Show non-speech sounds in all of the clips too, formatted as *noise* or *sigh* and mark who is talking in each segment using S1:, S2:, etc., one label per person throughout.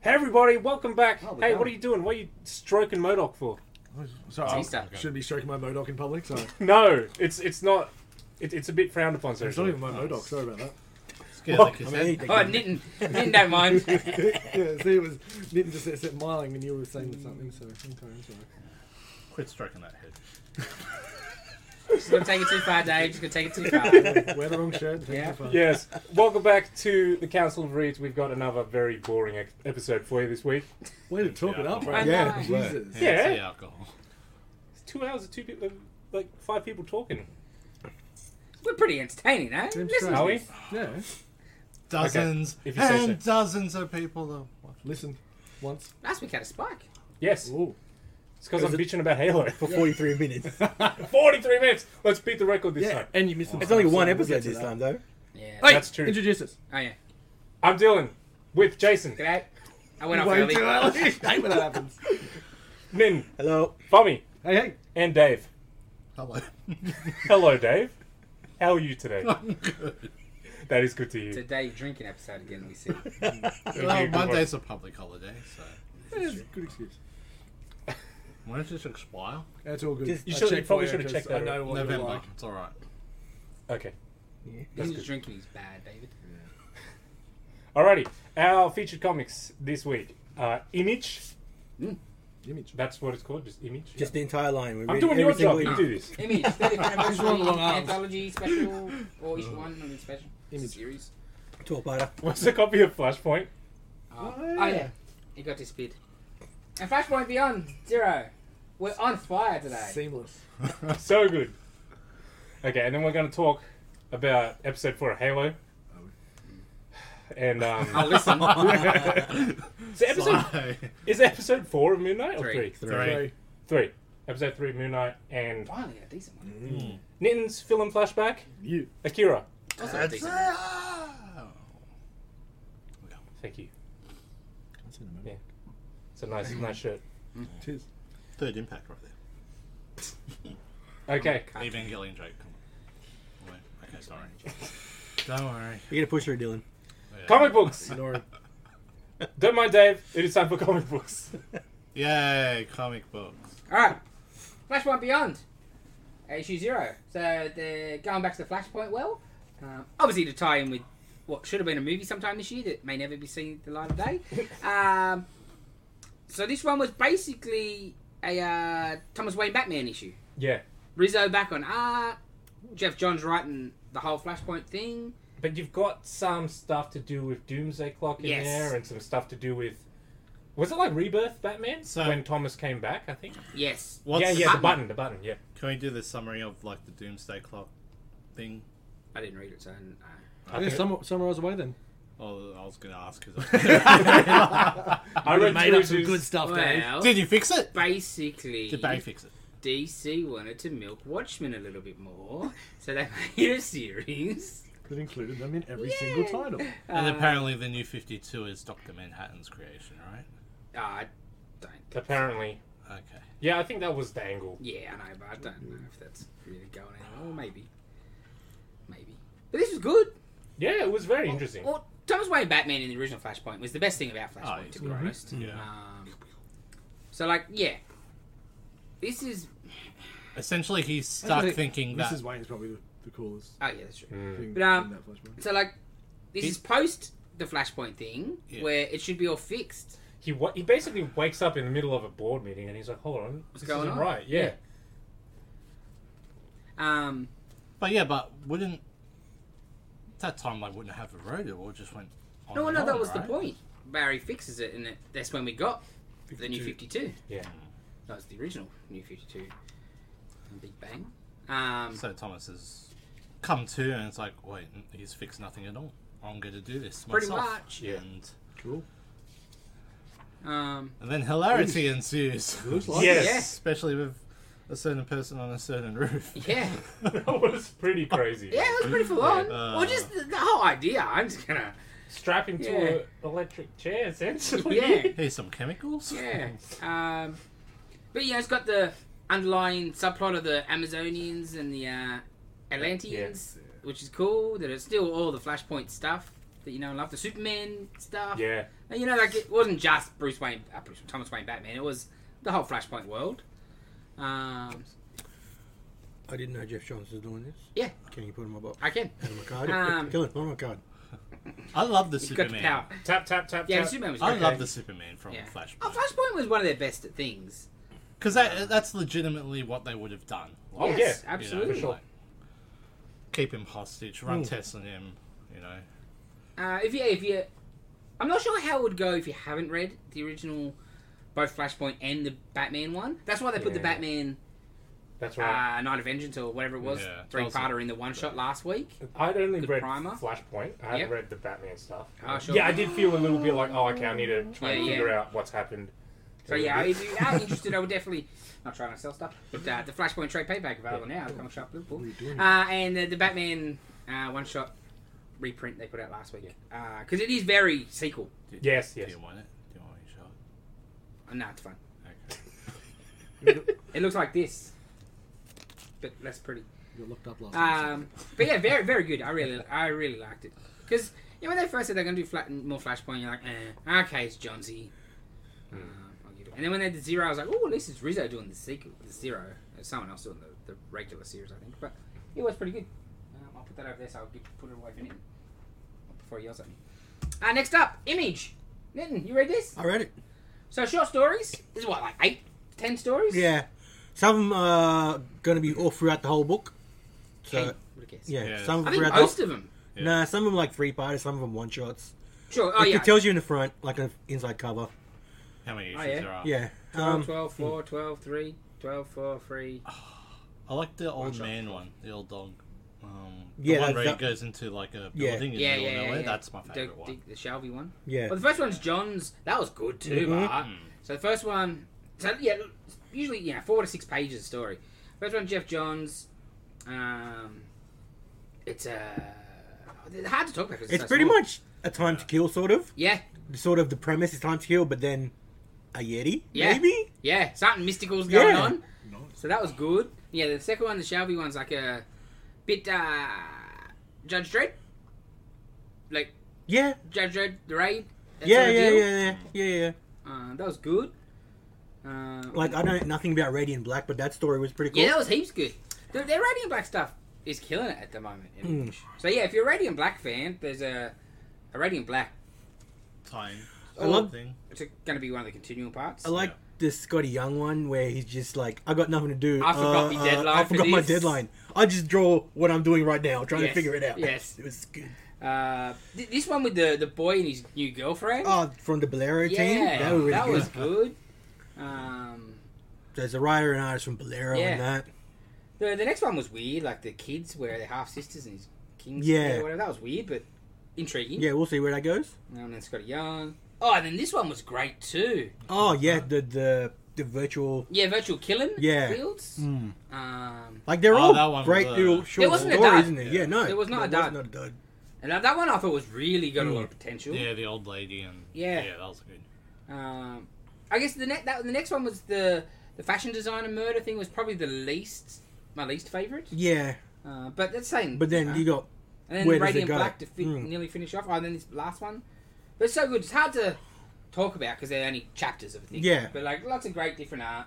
S1: Hey everybody, welcome back.
S2: Oh, we're
S1: hey, what
S2: going.
S1: are you doing? What are you stroking Modoc for?
S2: Sorry,
S3: It's
S2: I
S3: Easter.
S2: shouldn't be stroking my Modoc in public. Sorry,
S1: No, it's it's not. It, it's a bit frowned upon. So
S2: it's not even my Modoc. Sorry about that.
S4: It's good,
S1: Well,
S4: like you
S2: I
S4: said.
S2: mean,
S3: Oh, Nitten. Nitten don't mind.
S2: *laughs* yeah, see, it was Nitin just said smiling when you were saying something. So okay, I'm sorry.
S4: Quit stroking that head.
S3: Just gonna take it too far, Dave. Just gonna take it too far.
S2: Wear the wrong shirt. and take
S3: Yeah.
S2: the fun.
S1: Yes, welcome back to the Council of Reeds. We've got another very boring ec- episode for you this week.
S2: Way to talk it up,
S4: Yeah.
S2: right?
S3: Yeah.
S2: Jesus.
S1: Yeah.
S4: It's the alcohol.
S1: It's two hours of two people, like five people talking.
S3: We're pretty entertaining, eh?
S2: Seems
S3: Listen,
S2: strange.
S1: Are we?
S2: Yeah.
S4: Dozens
S1: if you say
S4: and
S1: so.
S4: dozens of people are watching.
S2: Listen, once.
S3: last week had a spike.
S1: Yes,
S2: Ooh.
S1: it's because I'm bitching about Halo. *laughs*
S5: for 43 minutes.
S1: 43 minutes. Let's beat the record this
S2: Yeah,
S1: time.
S2: *laughs* and you missed the
S5: It's
S2: time,
S5: only
S2: so
S5: one
S2: we'll
S5: episode
S2: get to
S5: this
S2: that.
S5: time, though.
S3: Yeah.
S2: Hey,
S1: That's true.
S2: Introduce us.
S3: Oh yeah.
S1: I'm Dylan with Jason,
S3: G'day. I went off
S2: Way
S3: early.
S2: too early. *laughs* Hate when that happens.
S1: Min,
S5: Hello.
S1: Fummy,
S2: Hey, hey.
S1: and Dave.
S4: Hello.
S1: Hello, Dave. How are you
S2: *laughs*
S1: today?
S4: *laughs* I'm good.
S1: That is good to hear.
S3: Today drinking episode again. We see.
S2: *laughs*
S4: Well, Monday's a public holiday, so.
S2: That is a good excuse.
S4: When does this expire?
S2: That's all good.
S5: Just-
S1: You
S2: I
S1: should-
S2: checked
S1: you probably
S2: for
S1: should have
S2: 'cause
S1: checked
S2: I
S1: that
S2: know
S1: out.
S2: what you're
S4: November.
S2: like.
S4: It's alright.
S1: Okay.
S3: He's
S1: That's
S3: just
S1: good.
S3: drinking. He's bad, David.
S1: Alrighty, our featured comics this week. Uh, Image,
S2: Image.
S1: that's what it's called, just Image.
S5: Just the entire line. We
S1: I'm
S5: read
S1: doing your
S5: every single
S1: job, you do
S5: email.
S1: this.
S2: *laughs*
S3: Image, 30th
S2: one long arms.
S3: anniversary
S2: Oh.
S3: anthology special or issue one, not even special.
S2: Image.
S3: series.
S5: Talk later.
S1: *laughs* What's a copy of Flashpoint?
S3: Oh,
S2: Oh,
S3: oh,
S2: yeah.
S3: yeah. It got disappeared. And Flashpoint Beyond Zero. We're on fire today.
S2: Seamless.
S1: *laughs* So good. Okay, and then we're going to talk about episode 4 of Halo. And,
S4: *laughs*
S3: Oh,
S1: um,
S3: listen.
S1: is, it episode,
S4: Sorry.
S1: is it episode 4 of Moon Knight or 3?
S3: Three.
S1: Three.
S4: Three.
S1: Three. Episode 3 of Moon Knight and
S3: Finally, a decent
S2: Mm.
S3: one.
S1: Nitten's film flashback,
S2: You.
S1: Akira.
S3: Also a
S4: That's
S3: decent one.
S4: it.
S1: Thank you. It's a nice, nice shirt.
S2: Cheers.
S4: Third impact right there.
S1: Okay.
S4: Evangelion joke. Come on. Wait, Okay, sorry.
S1: *laughs*
S4: Don't worry.
S5: You're going to push her, Dylan.
S4: Yeah.
S1: Comic books!
S2: Nora.
S1: Don't mind Dave, it is time for comic books. *laughs*
S4: Yay, comic books.
S3: Alright. Flashpoint Beyond. Issue Zero. So they're going back to the Flashpoint well. Um, obviously to tie in with what should have been a movie sometime this year that may never be seen the light of day. um, so this one was basically a uh, Thomas Wayne Batman issue.
S1: Yeah.
S3: Rizzo back on art. Jeff Johns writing the whole Flashpoint thing.
S1: But you've got some stuff to do with Doomsday Clock in
S3: Yes.
S1: there, and some stuff to do with. Was it like Rebirth Batman?
S4: So-
S1: when Thomas came back, I think.
S3: Yes.
S4: What's
S1: yeah, yeah, the
S3: button?
S1: button, the button, yeah.
S4: Can we do the summary of like the Doomsday Clock thing?
S3: I didn't read it, so I didn't know.
S2: I guess summer, summarize away then.
S4: Oh, I was going to ask because
S2: *laughs*
S1: I read
S2: made
S1: through
S2: up some
S1: his-
S2: good stuff, Dave.
S3: Well,
S4: Did you fix it?
S3: basically,
S4: Did Bay fix it?
S3: DC wanted to milk Watchmen a little bit more, so they *laughs* made a series.
S2: That included them in every
S3: Yay.
S2: single *laughs* title.
S4: And
S3: Uh,
S4: apparently, the new 52 is Dr. Manhattan's creation, right?
S3: oh, I don't.
S1: Apparently.
S4: Okay.
S1: Yeah, I think that was the angle.
S3: Yeah, I know, but I don't know if that's really going anywhere. Or maybe, maybe. But this was good.
S1: Yeah, it was very interesting.
S3: Well, Thomas Wayne Batman in the original Flashpoint was the best thing about Flashpoint,
S4: yeah.
S3: to be honest.
S4: Yeah.
S3: Um, so, like, yeah, this is.
S4: Essentially, he's stuck
S2: Actually,
S4: thinking that.
S2: Mrs. Wayne's probably the, the coolest
S3: Oh yeah, that's true.
S1: Mm.
S2: thing
S3: But, um,
S2: in that flashback.
S3: So, like, this is post the Flashpoint thing,
S4: Yeah.
S3: where it should be all fixed.
S1: He wa- he basically wakes up in the middle of a board meeting and he's like, hold on, this
S3: going
S1: isn't
S3: on?"
S1: right. Yeah.
S3: Um,
S4: But yeah, but wouldn't. That timeline wouldn't have eroded or just went. On
S3: no,
S4: and
S3: no,
S4: on,
S3: that was the
S4: right?
S3: point. Barry fixes it, and it, that's when we got the new Fifty-Two.
S1: Yeah.
S3: That was the original New Fifty-Two, and Big Bang. Um,
S4: So Thomas has come to, and it's like, wait, he's fixed nothing at all. I'm going to do this
S3: Pretty
S4: myself.
S3: much.
S1: Yeah.
S4: And,
S2: Cool.
S3: um,
S4: and then hilarity ensues.
S2: Looks
S3: Oh,
S2: like
S1: Yes.
S4: Especially with a certain person on a certain roof.
S3: *laughs*
S4: *laughs*
S3: yeah,
S1: *laughs* that was pretty crazy.
S3: yeah, it was pretty full on.
S4: Uh,
S3: well, just the, the whole idea. I'm just gonna,
S1: Strap him to
S3: Yeah.
S1: an electric chair, essentially.
S3: yeah.
S4: Here's some chemicals.
S3: Yeah. Um, but yeah, it's got the underlying subplot of the Amazonians and the uh, Atlanteans, which is cool. That it's still all the Flashpoint stuff that you know and love, the Superman
S1: *laughs*
S3: stuff.
S1: Yeah.
S3: And you know, like it wasn't just Bruce Wayne, uh, Bruce, Thomas Wayne Batman. It was the whole Flashpoint world. Um,
S5: I didn't know Jeff Johns was doing this.
S3: Yeah.
S5: Can you put him on my box?
S3: I can.
S5: Put him on my card.
S3: Um,
S5: Kill him. Put him on my card.
S4: I love the
S3: He's got the
S4: Superman.
S3: power.
S1: Tap tap tap.
S3: Yeah,
S1: tap.
S3: Superman was
S4: I
S3: great.
S4: love the Superman from
S3: Yeah. Oh,
S4: Flashpoint
S3: Flashpoint was one of their best things.
S4: because that, that's legitimately what they would have done.
S1: Oh,
S4: Like,
S1: yeah.
S3: yes,
S1: You know,
S3: absolutely.
S1: for sure.
S4: Keep him hostage, run
S5: Mm.
S4: tests on him. You know,
S3: Uh, if you, if you, I'm not sure how it would go if you haven't read the original, both Flashpoint and the Batman one. That's why they put the
S1: Yeah.
S3: Batman
S1: That's right.
S3: uh, Night of Vengeance or whatever it was
S4: Yeah.
S3: three parter in the one shot last week.
S1: I'd only
S3: good
S1: read
S3: primer.
S1: Flashpoint. I hadn't
S3: Yep.
S1: read the Batman stuff.
S3: Ah, sure.
S1: Yeah, I did feel a little bit like, oh, okay, I need to try and
S3: Yeah, yeah.
S1: figure out what's happened.
S3: So yeah, if you are interested, I would definitely not trying to sell stuff, but uh, the Flashpoint trade paperback available now. at the Comic shop Liverpool.
S2: What are you doing?
S3: Uh, and the, the Batman uh, one shot reprint they put out last week because it is very sequel.
S4: Do-
S1: Yes,
S4: Do
S1: yes.
S4: you want it? Do you want your shot?
S3: Uh, no, it's fun. *laughs*
S4: Okay.
S3: It looks like this, but less pretty.
S2: You're locked up last night.
S3: Um, but yeah, very very good. I really I really liked it because you know, when they first said they're gonna do flat, more Flashpoint, you're like, eh, okay, it's John Z. Um, I'll give it. And then when they did Zero, I was like, oh, at least it's Rizzo doing the sequel, the Zero. There's someone else doing the, the regular series, I think. But it was pretty good. Um, I'll put that over there, so I'll give, put it away for Nitin before he yells at me. Uh, next up, Image. Nitin, you read this?
S5: I read it.
S3: So short stories. This is what like eight, ten stories.
S5: Yeah. Some of them are going to be all throughout the whole book. So,
S3: Ten, would have guessed.
S5: yeah,
S4: Yeah.
S5: Some of
S3: I
S5: them
S3: think
S5: throughout
S3: most
S5: the
S3: of them.
S4: Yeah.
S5: Nah, some of them like three parters, some of them one shots.
S3: Sure. Oh
S5: it,
S3: yeah.
S5: it tells you in the front, like an inside cover.
S4: How many
S3: Oh,
S4: issues
S3: yeah.
S4: there are?
S5: Yeah.
S3: 12,
S5: Um,
S3: 12, 4, 12, 3, 12, 4, 3.
S4: I like the old
S3: shot.
S4: man one, the old dog. Um,
S5: Yeah,
S4: the one
S5: that-
S4: where
S5: that-
S4: he goes into like a
S5: Yeah.
S4: building in
S3: Yeah, yeah,
S4: the middle of
S3: yeah,
S5: eh?
S4: nowhere.
S3: yeah.
S4: That's my
S3: The,
S4: favorite
S3: the,
S4: one.
S3: the Shelby one.
S5: yeah.
S3: Well, the first one's John's. That was good too,
S5: Mhm.
S3: Mark.
S4: Mm.
S3: So the first one, so yeah, usually yeah, four to six pages of story. First one, Jeff Johns. Um, it's uh, it's hard to talk about. 'cause
S5: It's
S3: so
S5: pretty
S3: small.
S5: much a time to kill, sort of.
S3: Yeah,
S5: Sort of the premise is time to kill, but then a Yeti,
S3: Yeah.
S5: maybe?
S3: yeah, something mystical's going
S5: Yeah.
S3: on.
S2: Nice.
S3: So that was good. Yeah, the second one, the Shelby one's like a bit uh, Judge Dredd, like
S5: Yeah.
S3: Judge Dredd, the raid. that
S5: yeah,
S3: sort of
S5: yeah,
S3: deal.
S5: yeah, yeah, yeah, yeah.
S3: Uh, that was good. Uh,
S5: Like, I don't know nothing about Radiant Black, but that story was pretty cool.
S3: yeah, that was heaps good. The, their Radiant Black stuff is killing it at the moment.
S5: Mm.
S3: So yeah, if you're a Radiant Black fan, there's a a Radiant Black.
S4: Time.
S5: I love-
S4: thing.
S3: It's going to be one of the continual parts.
S5: I like
S4: Yeah.
S5: the Scotty Young one where he's just like, I got nothing to do. uh,
S3: I forgot my deadline
S5: I
S3: for
S5: forgot my
S3: this."
S5: deadline. I just draw what I'm doing right now, trying
S3: Yes,
S5: to figure it out.
S3: yes.
S5: It was good.
S3: Uh, th- this one with the the boy and his new girlfriend.
S5: Oh, from the Bolero team?
S3: yeah,
S5: That was really good.
S3: good. Um,
S5: There's a writer and artist from Bolero
S3: Yeah.
S5: and that.
S3: the the next one was weird, like the kids where they're half sisters and he's kings.
S5: Yeah.
S3: or whatever. That was weird, but intriguing.
S5: Yeah, we'll see where that goes.
S3: And then Scotty Young. Oh, and then this one was great too.
S5: Oh, yeah,
S3: Uh-huh.
S5: the the, the virtual.
S3: Yeah, virtual killing.
S5: Yeah. Hmm.
S3: Fields. Um,
S5: Like, they're
S4: Oh, that
S5: all
S4: one
S5: great
S4: was, uh,
S5: little short
S3: There wasn't a
S5: stories,
S3: dud.
S5: isn't it? Yeah, no.
S3: There was not a
S5: there
S3: dud.
S5: Was not a dud.
S3: and that- that one I thought was really got a lot of
S5: Hmm.
S3: potential.
S4: Yeah, the old lady and
S3: Yeah.
S4: yeah, that was good.
S3: Um, I guess the next that the next one was the the fashion designer murder thing was probably the least my least favorite.
S5: Yeah,
S3: Uh, but that's saying.
S5: but then
S3: know.
S5: you got
S3: and then
S5: where does it
S3: Radiant
S5: go?
S3: Black to fi-
S5: Mm.
S3: nearly finish off. Oh, and then this last one, but it's so good. It's hard to talk about because they're only chapters of a thing.
S5: Yeah.
S3: But like lots of great different art.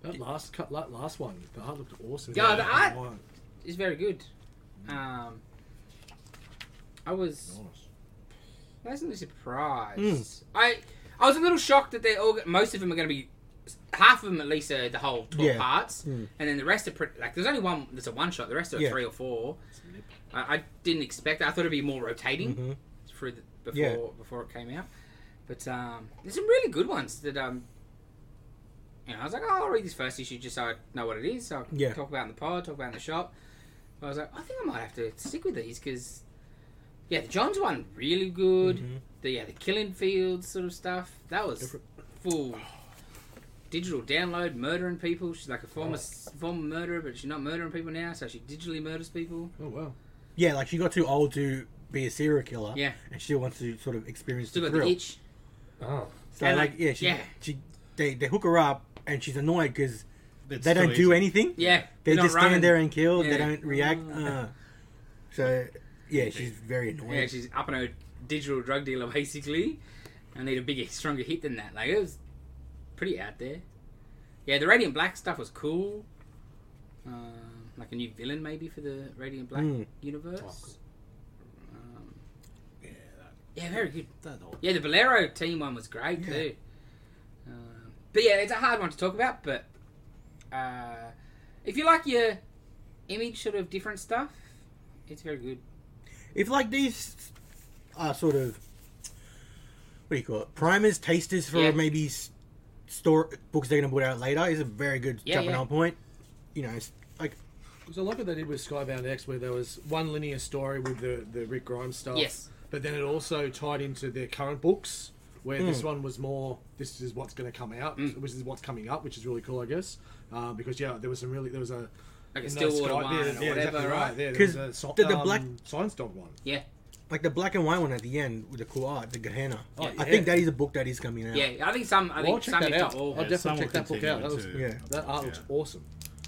S2: that last cut, that last one, the art looked awesome.
S3: Yeah, the
S2: that
S3: art-
S2: one,
S3: It's very good.
S5: Hmm.
S3: Um, I was
S2: Nice.
S3: pleasantly surprised.
S5: Mm.
S3: I I was a little shocked that they all get- most of them are going to be half of them at least are the whole twelve
S5: Yeah.
S3: parts,
S5: Mm.
S3: and then the rest are pretty like there's only one there's a one shot. The rest are
S5: Yeah.
S3: three or four. I, I didn't expect that. I thought it'd be more rotating
S5: Mhm.
S3: through the, before
S5: Yeah.
S3: before it came out. But um, there's some really good ones that um, you know, I was like, oh, I'll read this first issue just so I know what it is. So I can
S5: Yeah.
S3: talk about it in the pod, talk about it in the shop. I was like, I think I might have to stick with these because yeah, the Johns one really good.
S5: Mhm.
S3: The yeah, the Killing Fields sort of stuff that was
S2: Different.
S3: full digital download murdering people. She's like a former s former murderer, but she's not murdering people now, so she digitally murders people.
S2: Oh wow.
S5: Yeah, like she got too old to be a serial killer.
S3: Yeah.
S5: and she wants to sort of experience
S3: Still
S5: the
S3: got
S5: thrill.
S3: the itch.
S1: Oh,
S5: So
S3: And,
S5: like,
S3: like,
S5: yeah, she,
S3: yeah.
S5: she, they, they hook her up, and she's annoyed because
S4: It's
S5: they don't
S4: too
S5: do
S4: easy.
S5: anything.
S3: Yeah,
S5: they
S3: they're not
S5: just
S3: running.
S5: stand there and kill.
S3: Yeah.
S5: They don't react.
S3: Oh.
S5: Uh, so yeah, she's very annoyed.
S3: Yeah, she's up and a digital drug dealer *laughs* basically. I need a bigger, stronger hit than that. Like it was pretty out there. Yeah, the Radiant Black stuff was cool. Um, like a new villain maybe for the Radiant Black
S5: Mm.
S3: universe.
S4: Oh, cool.
S3: um,
S4: Yeah, that,
S3: yeah, very good.
S4: that all.
S3: Yeah, the Bolero team one was great
S4: Yeah.
S3: too. Um, but yeah, it's a hard one to talk about. But uh, if you like your image sort of different stuff, it's very good.
S5: If like these are sort of what do you call it? Primers, tasters for
S3: Yeah.
S5: maybe s- store books they're gonna put out later is a very good
S3: Yeah,
S5: jumping
S3: yeah.
S5: on point. You know, it's like
S2: So like what they did with Skybound X, where there was one linear story with the, the Rick Grimes stuff.
S3: Yes.
S2: But then it also tied into their current books, where this
S5: Mm.
S2: one was more this is what's going to come out,
S3: Mm.
S2: which is what's coming up, which is really cool, I guess. Uh, because yeah, there was some really there was a
S3: Like a
S2: nice
S3: Stillwater
S2: Sky-
S3: one
S2: yeah,
S3: or
S2: yeah,
S3: whatever,
S2: exactly
S3: right?
S2: right? Yeah, there
S5: 'Cause
S2: was a so-
S5: the- the
S2: um,
S5: black-
S2: science dog one.
S3: Yeah,
S5: like the black and white one at the end with the cool art, the Gehenna.
S2: Oh,
S5: I
S2: yeah.
S5: think that is a book that is coming out.
S3: yeah. I think some. I
S2: Well,
S3: think
S2: I'll check
S3: some
S2: that
S3: if
S2: out.
S3: not all.
S2: I'll
S4: Yeah,
S2: definitely
S4: some will
S2: check that book
S4: continue
S2: out. That was-
S4: into-
S5: Yeah.
S2: That art looks awesome.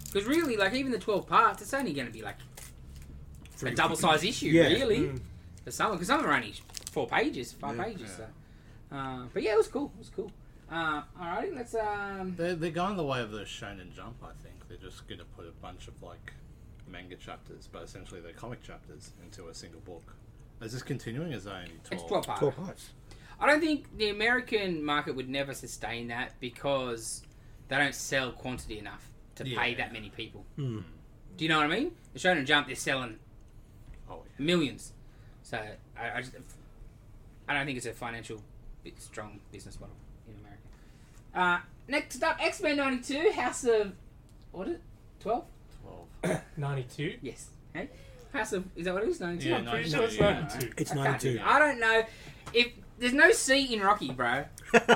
S3: Because really, like even the twelve parts, it's only going to be like a double size issue,
S5: Yeah.
S3: really,
S2: Mm.
S3: for some. Because some are only four pages, five
S4: Yeah.
S3: pages.
S4: Yeah.
S3: So, uh, but yeah, it was cool. It was cool. Uh, Alrighty, let's. Um,
S4: They're, they're going the way of the Shonen Jump, I think. They're just going to put a bunch of like manga chapters, but essentially they're comic chapters into a single book. Is this continuing? Is that only 12?
S3: it's twelve parts.
S5: Twelve parts.
S3: I don't think the American market would never sustain that because they don't sell quantity enough to pay
S4: Yeah.
S3: that many people.
S5: Hmm.
S3: Do you know what I mean? The Shonen Jump, they're selling
S4: Oh, yeah.
S3: millions. So I, I, just, I don't think it's a financial bit strong business model in America. Uh, next up, X Men '92, House of what is it? Twelve?
S4: 12.
S1: 92?
S3: Yes. Hey, House of is that what it is? Ninety-two.
S4: Yeah,
S1: I'm pretty
S4: 92,
S1: sure it's
S4: yeah.
S1: 92.
S5: It's
S3: I can't
S5: ninety two.
S3: do that. I don't know if there's no C in Rocky, bro. *laughs*
S5: *laughs*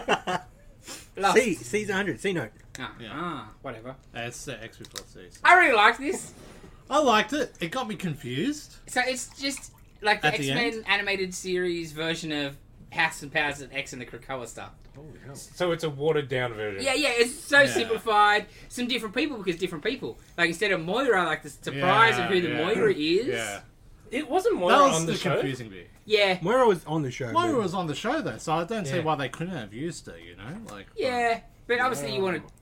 S3: Lost.
S5: C C's hundred, C note.
S3: Ah,
S4: Yeah.
S3: ah, whatever.
S4: Uh, it's uh, X plus C. so-
S3: I really like this.
S4: I liked it. It got me confused.
S3: So it's just like the
S4: At
S3: X
S4: the
S3: Men animated series version of House and Powers of X and the Krakoa stuff.
S2: Holy hell.
S1: So it's a watered down version.
S3: Yeah, yeah, it's so
S4: Yeah.
S3: simplified. Some different people because different people. Like instead of Moira, like the surprise
S4: Yeah,
S3: of who the
S4: yeah.
S3: Moira is.
S4: Yeah.
S1: It wasn't
S4: That
S1: Moira
S4: was
S1: on
S4: the,
S1: the, show.
S4: confusing bit.
S3: Yeah,
S5: Moira was on the show.
S4: Moira
S5: but-
S4: was on the show though, so I don't see
S1: Yeah.
S4: why they couldn't have used her. You know, like
S3: yeah. But obviously, you
S1: Yeah.
S3: want to,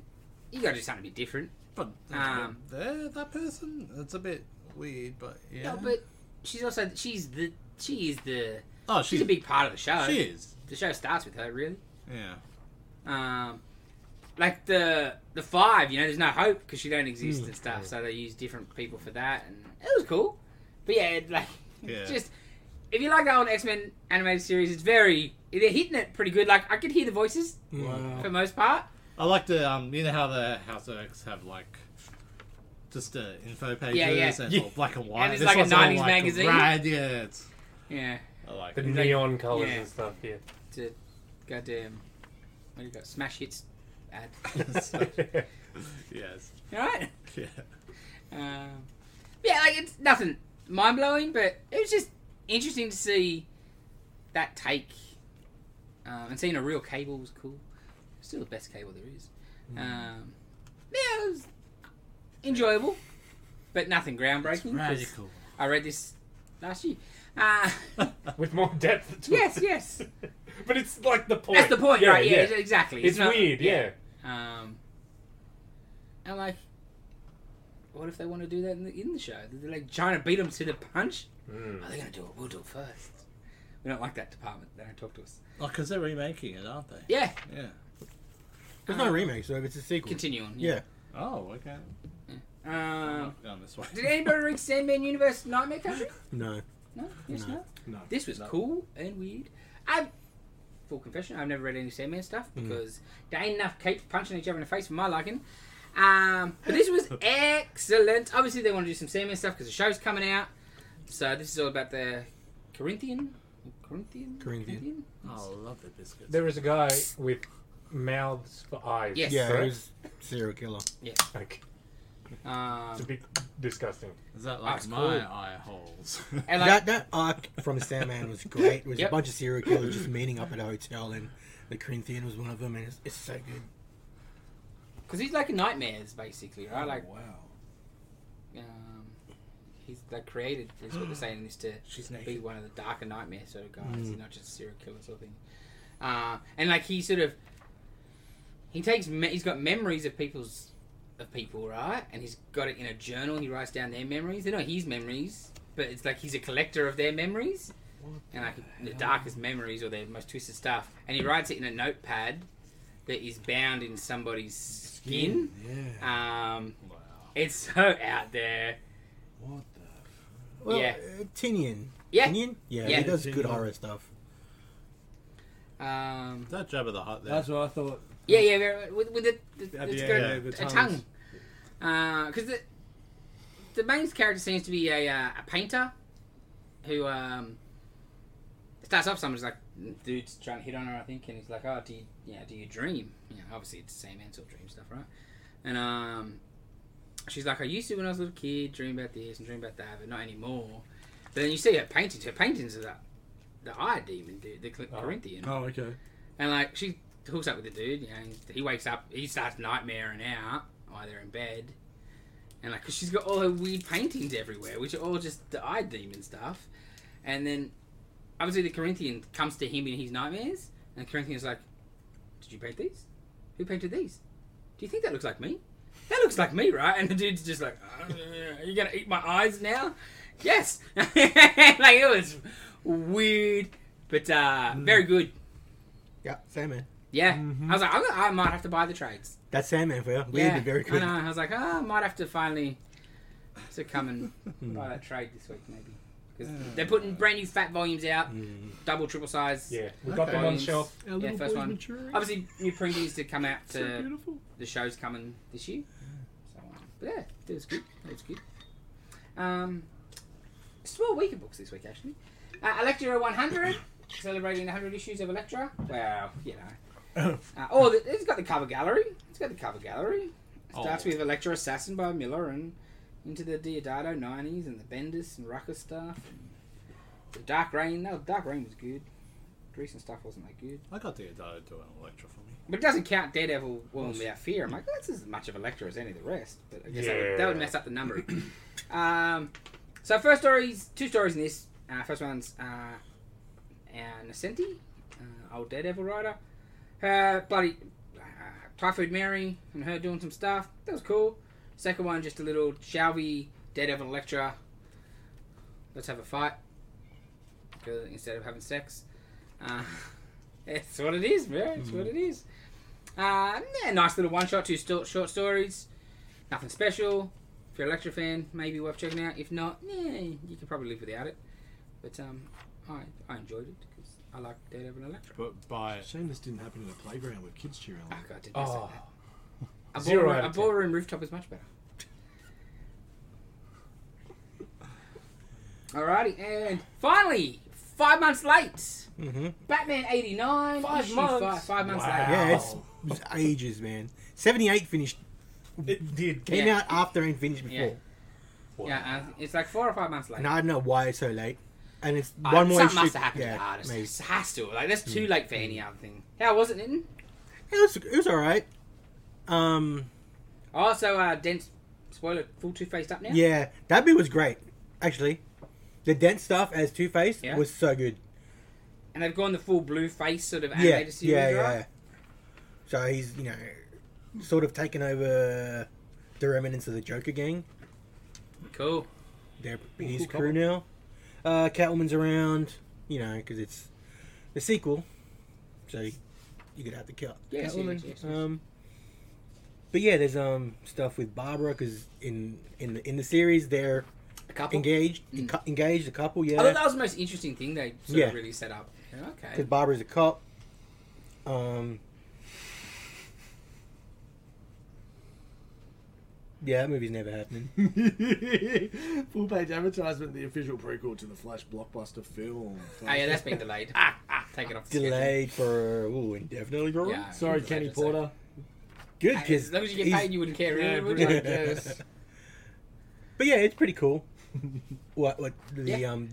S3: you got to do something a bit different.
S4: But, but
S3: Um,
S4: there, that person, it's a bit weird, but yeah.
S3: No, but she's also she's the she is the
S4: oh,
S3: she's
S4: she's
S3: a big part of the show.
S4: She is.
S3: The show starts with her really.
S4: Yeah.
S3: Um, like the the five, you know, there's no hope because she don't exist and stuff. So they use different people for that, and it was cool. But yeah, it, like *laughs*
S4: Yeah.
S3: just if you like that old X Men animated series, it's very they're hitting it pretty good. Like I could hear the voices
S5: Mm.
S2: Oh.
S3: for the most part.
S4: I like the um, you know how the House of X have like just uh, info pages
S3: yeah. *laughs*
S4: and
S1: Yeah.
S4: all black and white.
S3: And it's
S4: This
S3: like a
S4: one's all,
S3: 90s magazine.
S4: Rad, yeah, it's.
S3: Yeah,
S4: I like
S1: The
S4: it.
S1: neon colours
S3: Yeah.
S1: and stuff, yeah. *laughs*
S3: to goddamn what do you got? Smash hits ad.
S1: *laughs*
S3: *laughs*
S4: yes.
S3: All right.
S4: *laughs* Yeah.
S3: Um, yeah, like it's nothing mind blowing, but it was just interesting to see that take. Um, and seeing a real cable was cool. Still the best cable there is.
S1: Hmm.
S3: Um, yeah, it was enjoyable, but nothing groundbreaking. 'cause
S4: Radical.
S3: *laughs* I read this last year.
S1: *laughs*
S3: Uh,
S1: With more depth to
S3: yes,
S1: it. *laughs*
S3: yes.
S1: but it's like the point.
S3: That's the point,
S1: Oh, Yeah,
S3: right? Yeah,
S1: yeah.
S3: exactly.
S1: It's
S3: not-
S1: weird, yeah.
S3: Um, and like, what if they want to do that in the, in the show? They're like trying to beat them to the punch.
S1: Mm.
S3: Are they going to do it? We'll do it first. We don't like that department. They don't talk to us.
S4: Oh, because they're remaking it, aren't they?
S3: Yeah,
S4: Yeah.
S5: There's no remake, so it's a sequel.
S3: continue on.
S5: Yeah.
S4: Oh, okay.
S3: Um,
S4: Not Going this way.
S3: did anybody read Sandman Universe Nightmare Country?
S5: No.
S3: No. Yes, no.
S5: No.
S2: No.
S3: This was
S2: No.
S3: cool and weird. I, full confession, I've never read any Sandman stuff because there ain't enough keep punching each other in the face for my liking. Um, but this was excellent. Obviously, they want to do some Sandman stuff because the show's coming out. So this is all about the Corinthian, Corinthian,
S5: Corinthian.
S4: *laughs* Oh, I love the biscuits.
S1: There is a guy with mouths for eyes.
S3: Yes.
S5: Yeah, it
S1: correct?
S5: was serial killer.
S1: Like,
S3: Um,
S1: it's a bit disgusting.
S4: Is that like
S3: That's
S4: my
S3: cool.
S4: eye holes? *laughs*
S3: and like,
S5: that that arc from Sandman was great. It was
S3: Yep.
S5: a bunch of serial killers just meeting up at a hotel, and the Corinthian was one of them, and it's, it's so good.
S3: Because he's like a nightmares, basically, right? Like,
S4: wow.
S3: um, he's like created, is what they're saying in this, to
S4: She's
S3: be
S4: naked.
S3: one of the darker nightmare sort of guys. He's not just a serial killer sort of thing. uh, and like he sort of he takes me- he's got memories of people's of people right and he's got it in a journal he writes down their memories they're not his memories but it's like he's a collector of their memories and like the darkest memories or their most twisted stuff and he writes it in a notepad that is bound in somebody's skin
S5: Yeah.
S3: um,
S4: Wow.
S3: it's so out there
S5: What the? Well,
S3: Yeah.
S5: uh, Tinian.
S3: yeah
S5: Tinian? Yeah,
S3: Yeah.
S5: he does good
S2: Tinian.
S5: horror stuff.
S3: um,
S4: Is that Jabba the Hutt there?
S2: That's what I thought.
S3: Yeah, yeah, very- with, with the, the,
S2: Yeah,
S3: it's
S2: yeah,
S3: got
S4: yeah,
S2: the
S3: a
S2: tongues.
S3: tongue. Because the the main character seems to be a, uh, a painter who um, starts off someone's like dude's trying to hit on her, I think, and he's like, "Oh, do you, you know, do you dream?" You know, obviously it's the same answer, dream stuff, right? And um, she's like, "I used to when I was a little kid, dream about this and dream about that, but not anymore." But then you see her paintings. Her paintings are that the eye demon, dude, the Cl-
S1: Oh.
S3: Corinthian.
S2: Oh, okay.
S3: And like she hooks up with the dude, you know, and he wakes up, he starts nightmaring out while they're in bed, and like she she's got all her weird paintings everywhere, which are all just the eye demon stuff. And then obviously the Corinthian comes to him in his nightmares, and the Corinthian's like, "Did you paint these? Who painted these? Do you think that looks like me? That looks like me, right?" And the dude's just like, "Uh, "Are you gonna eat my eyes now?" Yes, *laughs* like it was weird, but uh, very good.
S5: Yeah, Sandman.
S3: Yeah,
S1: Mm-hmm.
S2: Mhm.
S3: I was like, I'm, I might have to buy the trades.
S5: That's Sandman for you. Weird
S3: yeah,
S5: and very
S3: I
S5: good.
S3: know. I was like, oh, I might have to finally to come
S1: *laughs*
S3: and buy that trade this week, maybe. Because
S1: Mm.
S3: they're putting brand new fat volumes out,
S5: Mm.
S3: double, triple size.
S1: Yeah, we got
S4: Okay.
S1: them on
S3: volumes.
S1: shelf.
S2: Our
S3: Yeah,
S2: little
S3: first
S2: boy's
S3: one.
S2: maturing.
S3: Obviously, new previews to come out
S2: so
S3: to
S2: beautiful.
S3: the shows coming this year. So, um, but yeah, it was good. It was good. Um, small week of books this week, actually. Uh, Electra 100, celebrating the 100 issues of Electra. Well, you know. Uh, oh, the, it's got the cover gallery. It's got the cover gallery. It starts
S4: Oh.
S3: with Electra Assassin by Miller and into the Diodato 90s and the Bendis and Rucker stuff. The Dark Rain. No, Dark Rain was good. Recent stuff wasn't that good.
S4: I got Deodato doing Electra for me.
S3: But it doesn't count Daredevil Woman Without Fear. I'm like, that's as much of a lecture as any of the rest. But I guess that, would, that would
S1: Yeah.
S3: mess up the number. *clears throat* um, so first stories, two stories in this. Uh, first one's uh, uh, Nascenti, uh, old Daredevil writer. Her bloody uh, Typhoid Mary and her doing some stuff. That was cool. Second one, just a little, shall we, Daredevil and Electra, let's have a fight. 'Cause Instead of having sex. Uh, *laughs* it's what it is, man. It's
S1: Hmm.
S3: what it is. Uh, yeah, nice little one shot, two sto- short stories. Nothing special. If you're an Electra fan, maybe worth checking out. If not, yeah, you could probably live without it. But um, I, I enjoyed it because I like Daredevil and Electra.
S4: But by
S2: Shame this didn't happen in a playground with kids cheering on.
S3: Oh, God, did I say
S1: Oh,
S3: that? A
S1: Zero
S3: ballroom,
S1: out
S3: a
S1: of ten.
S3: ballroom rooftop is
S1: *laughs*
S3: much better. Alrighty, and finally, five months late.
S5: Mm-hmm.
S3: Batman eighty nine.
S1: Five
S3: Five,
S1: months?
S3: five months
S1: Wow.
S3: late.
S5: Yeah, it's,
S1: "Oh,
S5: it was ages, man. 78 finished.
S1: it did.
S5: Came
S3: Yeah.
S5: out after and finished
S3: Yeah.
S5: before.
S1: Wow.
S3: Yeah, uh, it's like four or five months late.
S5: And I don't know why it's so late. And it's
S3: Uh,
S5: one more
S3: something
S5: issue.
S3: must have happened to the artist.
S5: mate. Mm.
S3: It has to. Like that's too late for any other thing. How was it, Nitin?
S5: It was, it was all right. Um,
S3: Also, uh, dense spoiler, full two faced up now.
S5: yeah, that bit was great, actually. The dense stuff as Two Face
S3: Yeah.
S5: was so good.
S3: And they've gone the full blue face sort of
S5: Yeah,
S3: animated
S5: yeah,
S3: series,
S5: yeah.
S3: right?
S5: So he's you know sort of taken over the remnants of the Joker gang.
S3: Cool.
S5: They're his
S2: cool
S5: crew now. Uh, Catwoman's around, you know, because it's the sequel. So you- you're gonna have to kill
S3: Yes,
S5: Catwoman.
S3: yes, yes, yes.
S5: Um, but yeah, there's um stuff with Barbara because in in the in the series they're
S3: A couple.
S5: engaged,
S3: Mm.
S5: encu- engaged a couple.
S3: I thought
S5: Yeah,
S3: that was the most interesting thing they sort
S5: Yeah.
S3: of really set up. Yeah, Okay.
S5: because Barbara's a cop. Um. Yeah, that movie's never happening.
S2: *laughs*
S3: *laughs*
S2: Full page advertisement, the official prequel to the Flash blockbuster film.
S3: Oh yeah, that's been delayed. ah, ah, take it off. the schedule.
S5: Delayed for ooh indefinitely. girl.
S3: Yeah.
S2: Sorry, *laughs*
S3: delayed,
S2: Kenny
S3: that's it.
S2: Porter.
S5: Good
S3: Hey,
S5: because
S3: Ah, As long as you get paid, you wouldn't care.
S2: Yeah,
S3: really, would
S5: *laughs*
S2: pretty
S3: *laughs* you?
S2: much, yes.
S5: But yeah, it's pretty cool. what what the
S3: Yeah.
S5: um.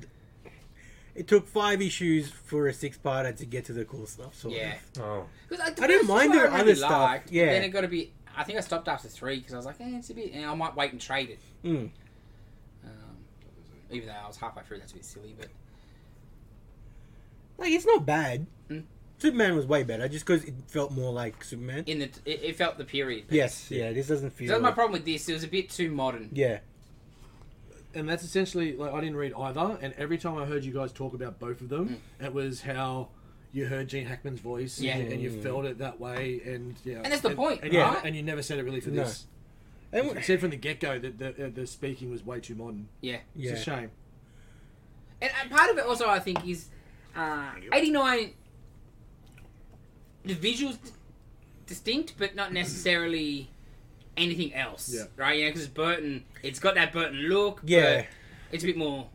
S5: It took five issues for a six-parter to get to the cool stuff. Sort of.
S3: Yeah.
S1: Oh.
S3: 'Cause I,
S5: I didn't mind
S3: the
S5: their other stuff, yeah.
S3: Then it got to be. I think I stopped after three because I was like, eh, it's a bit. eh, I might wait and trade it.
S5: Mm.
S3: Um, even though I was halfway through, that's a bit silly. But
S5: Like it's not bad.
S3: Mm.
S5: Superman was way better just because it felt more like Superman.
S3: in the it, it felt the period. piece.
S5: yes, yeah, this doesn't feel.
S3: That was my problem with this. It was a bit too modern.
S5: Yeah,
S2: and that's essentially like I didn't read either. And every time I heard you guys talk about both of them, it was how you heard Gene Hackman's voice,
S3: Mm. Yeah.
S2: and, and you felt it that way, and yeah,
S3: And that's the point,
S2: and,
S3: right?
S2: and you never said it really for
S5: No.
S2: this.
S5: and
S2: You said from the get go that the, uh, the speaking was way too modern.
S3: Yeah.
S5: yeah.
S2: It's a shame.
S3: And, and part of it also, I think, is uh, 89. The visuals d- distinct, but not necessarily anything else.
S2: Yeah.
S3: Right? Yeah, because Burton, it's got that Burton look.
S5: Yeah.
S3: But it's a bit more.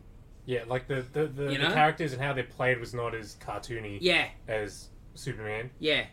S1: Yeah, like the the, the,
S3: You
S1: the
S3: know?
S1: characters and how they're played was not as cartoony
S3: Yeah,
S1: as Superman.
S3: yeah.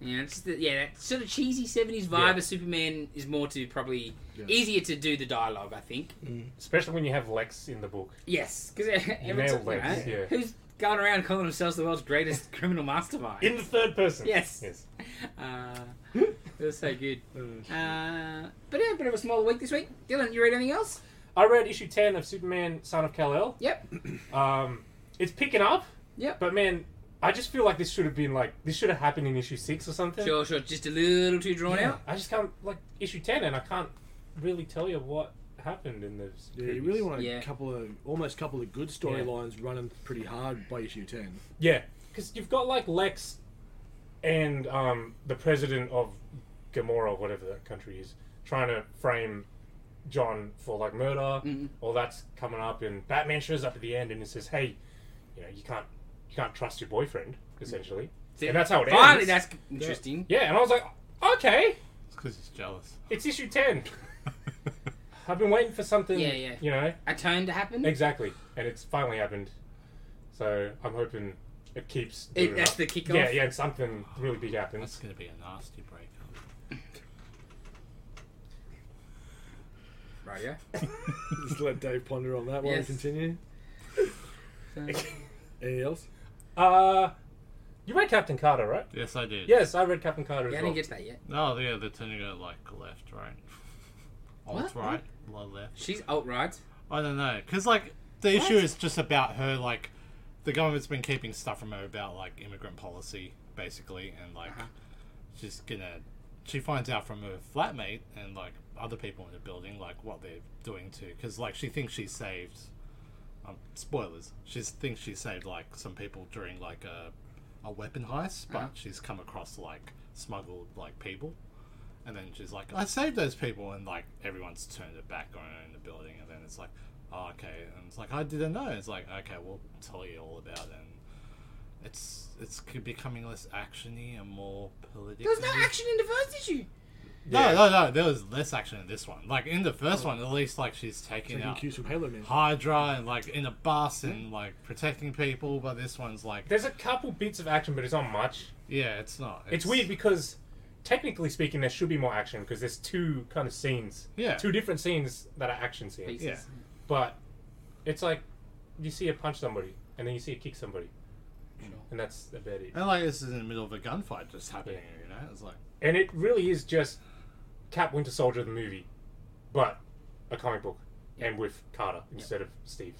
S3: Yeah, it's just the, yeah, that sort of cheesy 70s vibe
S1: Yeah.
S3: of Superman is more to probably.
S2: Yeah.
S3: Easier to do the dialogue, I think.
S1: Especially when you have Lex in the book.
S3: Yes, because everyone's
S1: nailed
S3: talking,
S1: Lex,
S3: right?
S1: yeah.
S3: who's going around calling themselves the
S1: *laughs*
S3: world's greatest criminal mastermind.
S1: In the third person.
S3: Yes.
S1: Yes. *laughs*
S3: Uh, it was so good.
S1: Oh,
S3: Uh, but yeah, bit of a smaller week this week. Dylan, you read anything else?
S1: I read issue ten of Superman Son of Kal El.
S3: Yep.
S1: Um, it's picking up.
S3: Yep.
S1: But man, I just feel like this should have been like this should have happened in issue six or something.
S3: Sure, sure. Just a little too drawn
S1: Yeah,
S3: out.
S1: I just can't like issue ten, and I can't really tell you what happened in the.
S2: Yeah, you really want a
S3: Yeah.
S2: couple of almost couple of good storylines running pretty hard by issue ten.
S1: Yeah, because you've got like Lex, and um, the president of Gamora, whatever that country is, trying to frame John for like murder.
S3: Mm-hmm.
S1: All that's coming up, and Batman shows up at the end and it says, "Hey, you know, you can't, you can't trust your boyfriend."
S3: Mm-hmm.
S1: Essentially, and that's how it ends.
S3: Finally, that's interesting.
S1: yeah, and I was like, okay,
S4: It's because he's jealous. *laughs*
S1: it's issue ten. I've been waiting for something.
S3: Yeah, yeah.
S1: You know.
S3: A turn to happen.
S1: Exactly, and it's finally happened. So I'm hoping it keeps.
S3: It-
S1: building
S3: that's
S1: up.
S3: the kickoff.
S1: Yeah, yeah, something really big
S4: That's
S1: happens.
S4: going to be a nasty breakup.
S3: Right, yeah.
S2: Just let Dave ponder on that while
S3: Yes.
S2: we continue.
S3: *laughs*
S2: Anything else?
S1: Uh, you read Captain Carter, right?
S4: Yes, I did.
S1: Yes, I read Captain Carter as
S3: Yeah, I
S1: well.
S3: didn't get to that yet.
S4: No, yeah, they're turning it like left, right. Alt
S3: What?
S4: right, lo- left.
S3: She's alt right.
S4: I don't know, because like the issue is just about her. Like the government's been keeping stuff from her about like immigrant policy, basically, and like
S3: Uh-huh.
S4: she's gonna. She finds out from her flatmate and like other people in the building, like what they're doing to, because like she thinks she saved. Um, spoilers. She thinks she saved like some people during like a a weapon heist, but
S3: Uh-huh.
S4: she's come across like smuggled like people. And then she's like, I saved those people. And like, everyone's turned it back on her in the building. And then it's like, oh, okay. And it's like, I didn't know. It's like, okay, we'll tell you all about it. And it's it's c- becoming less actiony and more political.
S3: There was no action in the first issue.
S1: Yeah.
S4: No, no, no. There was less action in this one. Like, in the first one, at least, like, she's taking
S2: Taking
S4: out
S2: cues from Halo Man.
S4: Hydra and like in a bus and like protecting people. But this one's like,
S1: There's a couple bits of action, but it's not much.
S4: yeah, it's not.
S1: It's weird because, technically speaking, there should be more action because there's two kind of scenes.
S4: Yeah.
S1: Two different scenes that are action scenes.
S3: Pieces.
S1: But it's like you see her punch somebody, and then you see her kick somebody, and that's about it.
S4: And like, this is in the middle of a gunfight just happening, you know? It's like,
S1: And it really is just Cap Winter Soldier the movie, but a comic book, and with Carter instead of Steve.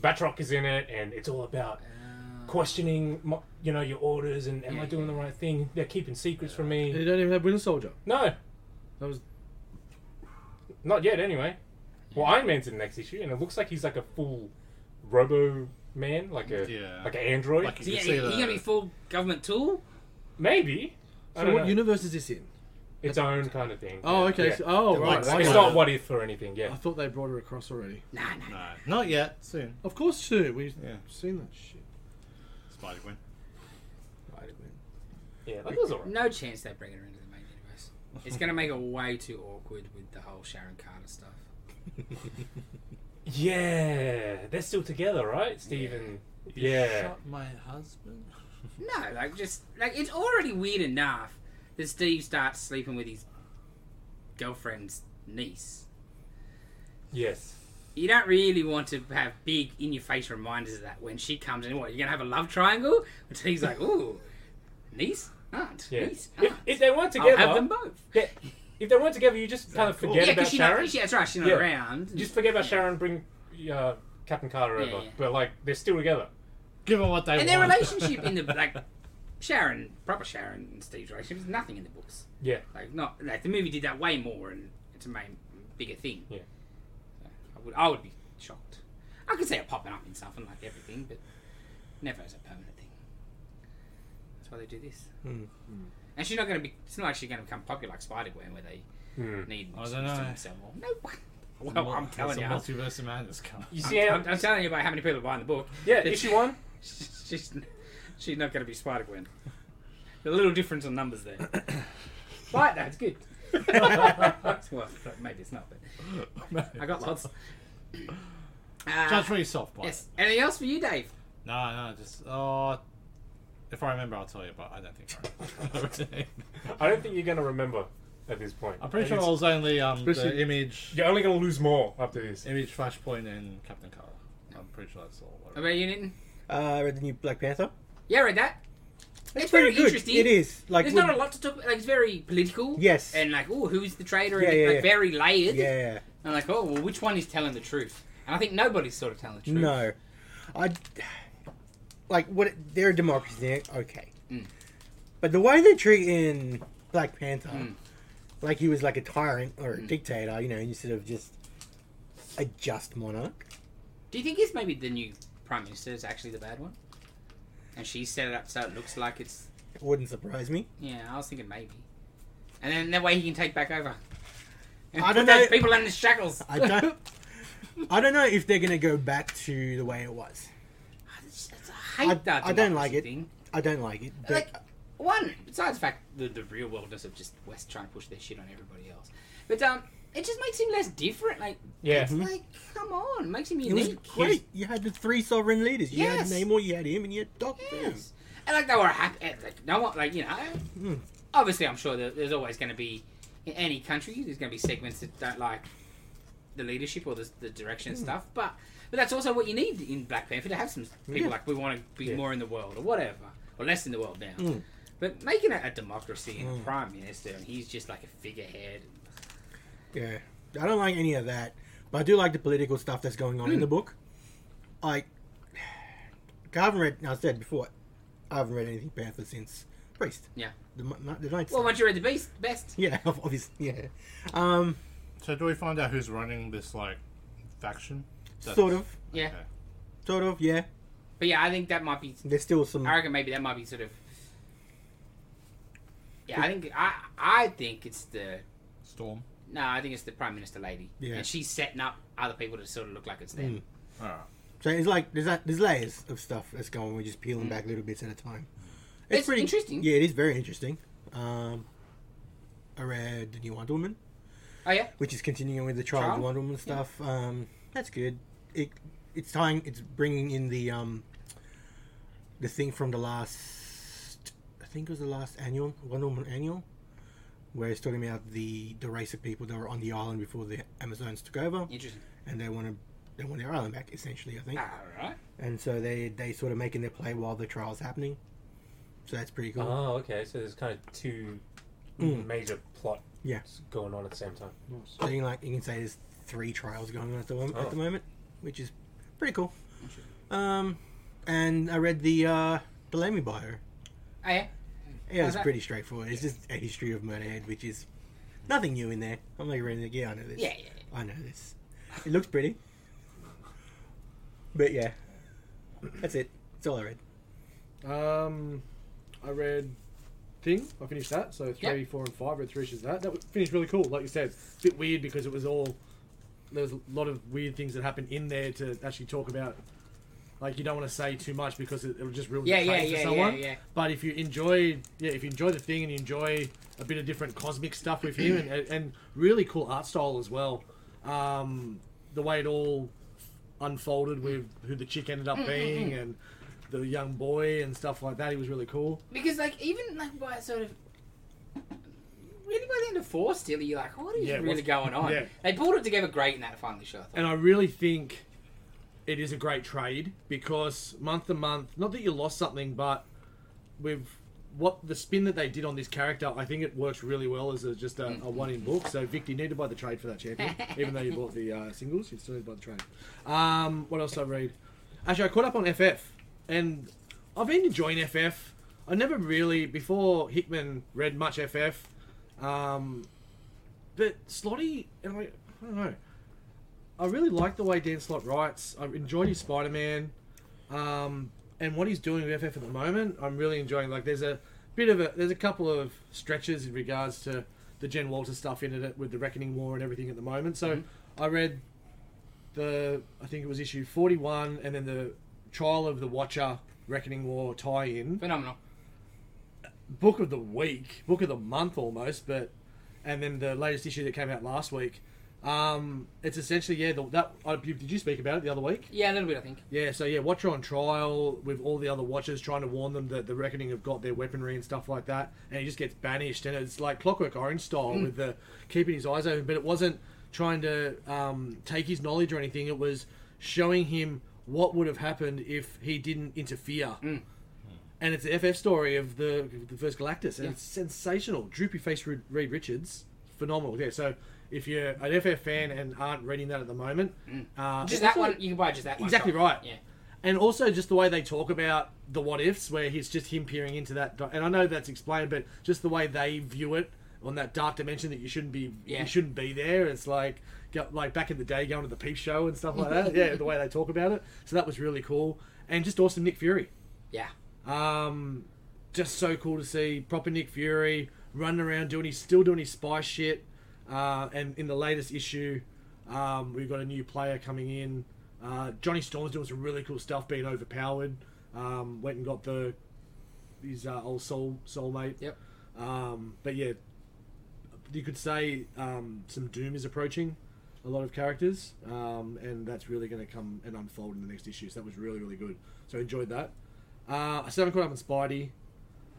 S1: Batroc is in it, and it's all about
S2: Ah.
S1: questioning, mo- you know, your orders and am I doing the right thing? They're keeping secrets from
S2: They
S1: me.
S2: don't even have Winter Soldier.
S1: No,
S2: That was
S1: not yet. Anyway, well, Iron Man's in the next issue, and it looks like he's like a full Robo Man, like a
S4: Yeah.
S1: like an android,
S4: like
S3: So
S4: you
S3: yeah,
S4: can
S3: he,
S4: see
S3: he
S4: the-
S3: gonna be full government tool.
S1: maybe. I
S2: So
S1: don't
S2: what
S1: know.
S2: universe is this in?
S1: its own kind of thing.
S2: Oh,
S1: Yeah.
S2: okay.
S1: Yeah.
S2: So, oh,
S4: They're
S2: right.
S4: like
S2: okay.
S1: It's not what if or anything.
S2: I
S1: Yeah.
S2: thought they brought her across already.
S3: Nah, nah.
S4: No, not yet. Soon.
S2: Of course, too. We've
S4: Yeah.
S2: seen that shit.
S4: Spider Gwen.
S1: Yeah, that was alright.
S3: No chance they bring her into the main universe. It's gonna make it way too awkward with the whole Sharon Carter stuff.
S1: Yeah, they're still together, right, Stephen? Yeah.
S4: my husband. *laughs*
S3: No, like just like it's already weird enough that Steve starts sleeping with his girlfriend's niece.
S1: Yes.
S3: You don't really want to have big in your face reminders of that when she comes in. What, you're gonna have a love triangle? And Steve's like, ooh, niece, aunt,
S1: Yeah.
S3: niece, aunt.
S1: If, if they weren't
S3: I'll
S1: together,
S3: have them both.
S1: yeah, if they weren't together, you just kind of forget
S3: yeah,
S1: about
S3: because she not,
S1: Sharon.
S3: she, that's right, she's not
S1: Yeah.
S3: around.
S1: Just forget about
S3: Yeah.
S1: Sharon. Bring uh, Captain Carter
S3: Yeah,
S1: over.
S3: yeah.
S1: But like, they're still together.
S4: give them what they
S3: And
S4: want.
S3: their relationship
S4: *laughs*
S3: in the like Sharon, proper Sharon and Steve's relationship is nothing in the books.
S1: Yeah.
S3: Like not like the movie did that way more, and it's a main bigger thing.
S1: Yeah.
S3: So I would I would be shocked. I could see it popping up in something like everything, but never as a permanent thing. That's why they do this.
S4: Hmm.
S3: Hmm.
S5: Mm.
S3: And she's not going to be. It's not like she's going to become popular like Spider Gwen, where they
S1: Hmm.
S3: need
S4: I
S3: to
S4: don't know.
S3: sell more. No. *laughs* Well, I'm
S4: It's
S3: telling
S4: a
S3: you. I'm,
S4: multiverse of madness come. *laughs*
S1: You see how?
S3: I'm- I'm telling you about how many people are buying the book.
S1: Yeah,
S3: It's-
S1: issue *laughs* one.
S3: *laughs* She's, she's not going to be Spider Gwen. A little difference on numbers
S5: *coughs*
S3: there. but that's good. *laughs* well, maybe it's not, but I got lots. Uh,
S4: Oh, Judge for yourself, boy.
S3: yes. Anything else for you, Dave?
S4: No, no, just oh. If I remember, I'll tell you, but I
S3: *laughs*
S4: don't *laughs* think. I
S1: I don't think you're gonna remember at this point.
S4: I'm pretty
S1: And
S4: sure it
S1: it's-
S4: was only um, the
S2: Especially-
S4: image,
S1: You're only gonna lose more after this.
S4: image flashpoint, and Captain Carl. I'm pretty sure that's all.
S3: About you, Newton?
S5: Uh, I read the new Black Panther.
S3: Yeah, read that. It's,
S5: It's
S3: very
S5: pretty good.
S3: interesting.
S5: It is. Like,
S3: There's
S5: with-
S3: not a lot to talk about. Like, it's very political.
S5: Yes.
S3: And like, oh, who's the traitor?
S5: Yeah,
S3: and
S5: yeah,
S3: like,
S5: yeah.
S3: very layered.
S5: yeah.
S3: And like, oh, well, which one is telling the truth? And I think nobody's sort of telling the truth.
S5: No, I like what they're a democracy. They're okay,
S3: Mm.
S5: but the way they're treating Black Panther,
S3: Mm.
S5: like he was like a tyrant or a
S3: Mm.
S5: dictator, you know, instead of just a just monarch.
S3: Do you think it's maybe the new prime minister is actually the bad one? And she set it up so it looks like it's
S5: It wouldn't surprise me.
S3: yeah. I was thinking maybe, and then that way he can take back over. And
S5: I
S3: *laughs* put
S5: don't
S3: those
S5: know.
S3: people in the shackles. *laughs*
S5: I don't. I don't know if they're gonna go back to the way it was.
S3: I just- I hate
S5: I-
S3: that.
S5: I don't like
S3: democracy
S5: it.
S3: Thing.
S5: I don't like it. But
S3: Like- One, besides the fact that the real world doesn't just West trying to push their shit on everybody else, but um, it just makes him less different. Like,
S1: Yeah.
S5: Mhm.
S3: like come on, makes him
S5: it was
S3: unique.
S5: great. You had the three sovereign leaders. You
S3: Yes.
S5: had Namor. You had him, and you had Doctor.
S3: Yes. And like they were happy. eh, Like no one, like you know.
S5: Mm.
S3: Obviously, I'm sure that there's always going to be in any country. There's going to be segments that don't like the leadership or the, the direction and stuff. But but that's also what you need in Black Panther to have some people
S5: Yeah.
S3: like we want to be
S1: Yeah.
S3: more in the world or whatever or less in the world now.
S5: Mm.
S3: But making it a democracy and a
S5: Mm.
S3: prime minister and he's just like a figurehead.
S5: Yeah, I don't like any of that, but I do like the political stuff that's going on in
S3: Mm.
S5: the book. Like, *sighs* I haven't read. I said before, I haven't read anything Panther since Priest.
S3: Yeah.
S5: the, mo- mo- the Night.
S3: Well,
S5: Star.
S3: once you read the Beast, best.
S5: *laughs* yeah, obviously. Yeah, um,
S4: So do we find out who's running this like faction? That's-
S5: sort of,
S3: Yeah.
S4: okay.
S5: sort of. Yeah,
S3: But yeah, I think that might be
S5: there's still some.
S2: Mm-hmm.
S3: I reckon maybe that might be sort of. Yeah, I think I I think it's the
S4: Storm.
S3: no, I think it's the prime minister lady,
S5: Yeah.
S3: and she's setting up other people to sort of look like it's them.
S5: Mm.
S4: Alright. *laughs*
S5: So it's like there's that, there's layers of stuff that's going. We're just peeling back little bits at a time.
S3: Hmm. It's interesting.
S5: Yeah, it is very interesting. Um, I read the new Wonder Woman.
S3: Oh yeah,
S5: which is continuing with the trial,
S3: Trial?
S5: of Wonder Woman stuff. Um, that's good. It it's tying it's bringing in the um the thing from the last I think it was the last annual Wonder Woman annual where it's talking about the the race of people that were on the island before the Amazons took over
S3: interesting. Ah,
S5: and they want to they want their island back essentially I think
S3: All right,
S5: and so they they sort of making their play while the trial's happening so that's pretty cool
S1: Oh, okay. So there's kind of two
S5: Mm.
S1: major plots
S5: Yeah.
S1: going on at the same time.
S5: so you can, like you can say there's three trials going on at the, moment,
S1: Oh.
S5: at the moment which is pretty cool
S3: interesting.
S5: Um, and I read the uh, Bellamy bio.
S3: Oh yeah,
S5: Yeah,
S3: How's
S5: it's
S3: that?
S5: pretty straightforward. It's just a history of Murderhead, which is nothing new in there. I'm like reading it. Yeah, I know this.
S3: yeah, yeah. yeah.
S5: I know this. It looks pretty, but yeah, that's it. That's all I read.
S2: Um, I read Thing. I finished that. So three,
S3: Yeah.
S2: four, and five. Read three issues of that. That was- finished really cool. Like you said, a bit weird because it was all there was a lot of weird things that happened in there to actually talk about. Like you don't want to say too much because it, it'll just ruin
S3: Yeah,
S2: the
S3: yeah,
S2: taste
S3: yeah,
S2: for someone.
S3: yeah, yeah.
S2: But if you enjoy, yeah, if you enjoy the thing and you enjoy a bit of different cosmic stuff with him and, and really cool art style as well, um, the way it all unfolded with who the chick ended
S3: Mm,
S2: up being and the young boy and stuff like that. He was really cool.
S3: Because like even like by sort of really by the end of four, still you're like, what is
S2: Yeah,
S3: really
S2: what's-
S3: going on?
S2: yeah.
S3: They pulled it together great in that final show. I thought.
S2: And I really think it is a great trade because month to month, not that you lost something, but with what the spin that they did on this character, I think it works really well as a, just a, a one in book. So Vic, you need to buy the trade for that champion, even though you bought the uh, singles, you still need to buy the trade. Um, what else I read? Actually, I caught up on FF. and I've been enjoying FF. I never really before Hickman read much FF, um, but Slotty and I, I don't know. I really like the way Dan Slott writes. I enjoyed his Spider Man, um, and what he's doing with FF at the moment. I'm really enjoying. Like, there's a bit of a there's a couple of stretches in regards to the Jen Walter stuff in it with the Reckoning War and everything at the moment. So I read the I think it was issue 41, and then the Trial of the Watcher Reckoning War tie-in
S3: Phenomenal.
S2: book of the week, book of the month almost, but and then the latest issue that came out last week. Um, it's essentially yeah. The, that I, you- did you speak about it the other week?
S3: Yeah, a little bit, I think.
S2: Yeah. So yeah, Watcher on trial with all the other Watchers trying to warn them that the Reckoning have got their weaponry and stuff like that, and he just gets banished, and it's like Clockwork Orange style with the keeping his eyes open, but it wasn't trying to um, take his knowledge or anything. It was showing him what would have happened if he didn't interfere and it's the FF story of the the first Galactus, and
S3: Yeah.
S2: it's sensational. Droopy face Reed, Reed Richards, phenomenal. Yeah, so if you're an FF fan and aren't reading that at the moment, uh,
S3: Just
S2: it's
S3: that
S2: also-
S3: one, you can buy just that one.
S2: Exactly
S3: shot.
S2: right.
S3: Yeah.
S2: And also just the way they talk about the what ifs, where it's just him peering into that. di- And I know that's explained, but just the way they view it on that dark dimension that you shouldn't be,
S3: Yeah.
S2: you shouldn't be there. It's like, go, like back in the day, going to the peep show and stuff like
S3: *laughs*
S2: that. yeah, the way they talk about it. So that was really cool, and just awesome Nick Fury.
S3: Yeah.
S2: Um, just so cool to see proper Nick Fury running around doing. He's still doing his spy shit. Uh, and in the latest issue, um, we've got a new player coming in. Uh, Johnny Storm's doing some really cool stuff, being overpowered. Um, went and got the his uh, old soul soulmate.
S3: Yep.
S2: Um, but yeah, you could say um, some doom is approaching a lot of characters, um, and that's really going to come and unfold in the next issue. So that was really really good. So I enjoyed that. Uh, I still haven't caught up on Spidey.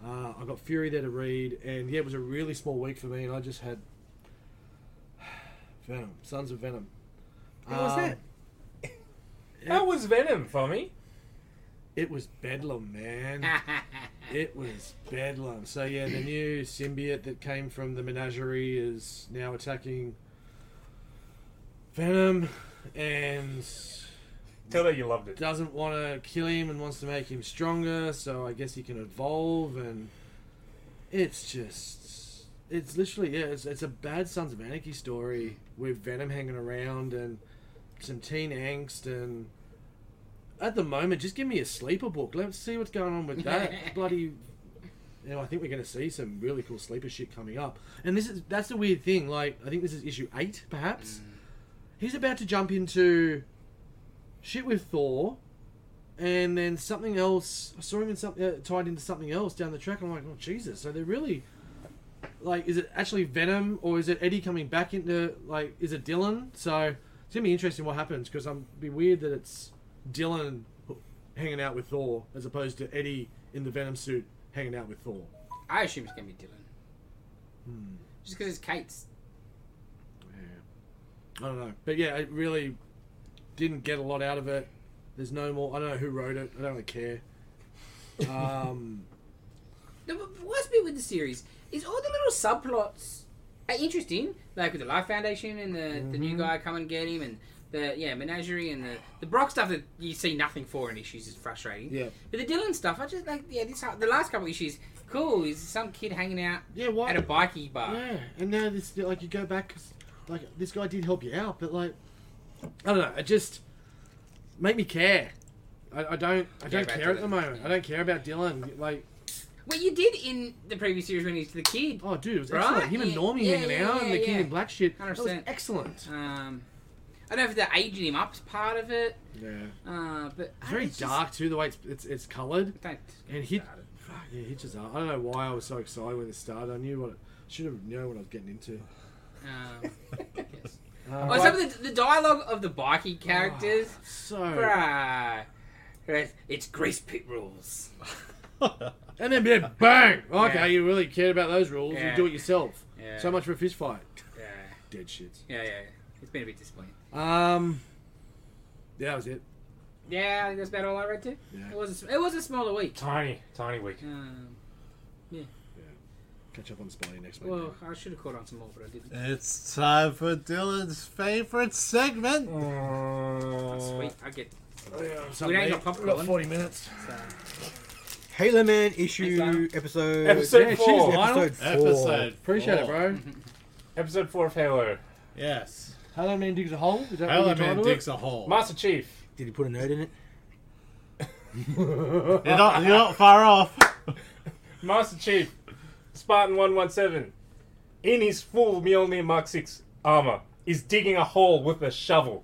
S2: Uh, I got Fury there to read, and yeah, it was a really small week for me, and I just had *sighs* Venom, Sons of Venom. Um,
S5: How was that?
S1: That was Venom for me.
S2: It was Bedlam, man.
S5: *laughs*
S3: *laughs*
S2: It was bedlam. So yeah, the new symbiote that came from the menagerie is now attacking Venom, and
S1: Tell her you loved it.
S2: doesn't want to kill him and wants to make him stronger. So I guess he can evolve, and it's just, it's literally yeah, it's, it's a bad Sons of Anarchy story with Venom hanging around and some teen angst and. At the moment, just give me a sleeper book. Let's see what's going on with that bloody you know, I think we're going to see some really cool sleeper shit coming up. And this is that's the weird thing. Like, I think this is issue eight, perhaps. He's about to jump into shit with Thor, and then something else. I saw him in something uh, tied into something else down the track. I'm like, oh Jesus! So they're really like, is it actually Venom or is it Eddie coming back into like, is it Dylan? So it's gonna be interesting what happens because I'm it'd be weird that it's Dylan hanging out with Thor as opposed to Eddie in the Venom suit hanging out with Thor.
S3: I assume it's going to be Dylan.
S2: Hmm.
S3: Just because it's Kate's.
S2: I don't know, but yeah, it really didn't get a lot out of it. There's no more. I don't know who wrote it. I don't really care. Um,
S3: The w- worst bit with the series is all the little subplots are interesting, like with the Life Foundation and the, the new
S2: Mm-hmm.
S3: guy come and get him, and the yeah menagerie and the the Brock stuff that you see nothing for in issues is frustrating.
S2: Yeah.
S3: But the Dylan stuff, I just like yeah this the last couple issues, cool. Is some kid hanging out
S2: yeah, why?
S3: at a bikie bar?
S2: Yeah, and now this like you go back, 'cause, like this guy did help you out, but like I don't know, it just make me care. I, I don't, I don't
S3: about
S2: care at the
S3: Dylan.
S2: moment. I don't care about Dylan. Like,
S3: Well, you did in the previous series when he's the kid.
S2: oh, dude, it was
S3: Right?
S2: excellent. Him and
S3: Yeah,
S2: Normie
S3: yeah,
S2: hanging
S3: yeah,
S2: out, and the
S3: yeah,
S2: King
S3: yeah.
S2: and Black shit. That was
S3: 100%.
S2: excellent.
S3: Um, I don't know if the aging him up's part of it,
S2: Yeah,
S3: uh, but I
S2: it's
S3: don't
S2: very
S3: know, it's just-
S2: dark too. The way it's it's, it's coloured.
S3: Don't
S2: And hit, fuck, yeah, hitches are. I don't know why I was so excited when it started. I knew what, should have known what I was getting into.
S3: Um, *laughs* yes.
S2: Um,
S3: Oh, some of the, the dialogue of the bikie characters,
S2: so,
S3: bruh. It's- It's Grace Pit rules.
S2: and then be like, bang. Okay,
S3: Yeah.
S2: you really cared about those rules?
S3: Yeah.
S2: You do it yourself.
S3: Yeah.
S2: So much for a fish fight.
S3: Yeah,
S2: Dead shits.
S3: yeah, yeah. It's been a bit disappointing.
S2: Um, yeah, that was it.
S3: Yeah, I think that's about all I read too.
S2: Yeah.
S3: It was a, it was a smaller week.
S1: Tiny, tiny week.
S3: Um,
S2: Catch up on Spidey next week.
S3: well, I should have caught on some more, but I didn't.
S4: It's time for Dylan's favorite segment.
S1: Uh,
S3: Sweet, I get
S2: Oh, Something
S3: ain't
S2: to
S3: got
S2: eat.
S3: popcorn.
S2: We've got Forty minutes.
S3: So,
S5: Halo Man issue
S3: Thanks,
S5: episode
S1: Episode
S2: Yeah,
S1: four.
S2: cheers, man.
S5: episode four.
S4: Episode.
S2: Appreciate it,
S4: four.
S2: bro.
S1: Episode four of Halo.
S4: Yes.
S2: Hello, man digs a hole. Is that
S4: Hello
S2: what you're
S4: Man digs a hole.
S1: Master Chief.
S5: Did you put a note in it?
S4: You're not, you're not far off. *laughs*
S1: Master Chief. Spartan 117. In his full Mjolnir Mark 6 armor, is digging a hole with a shovel.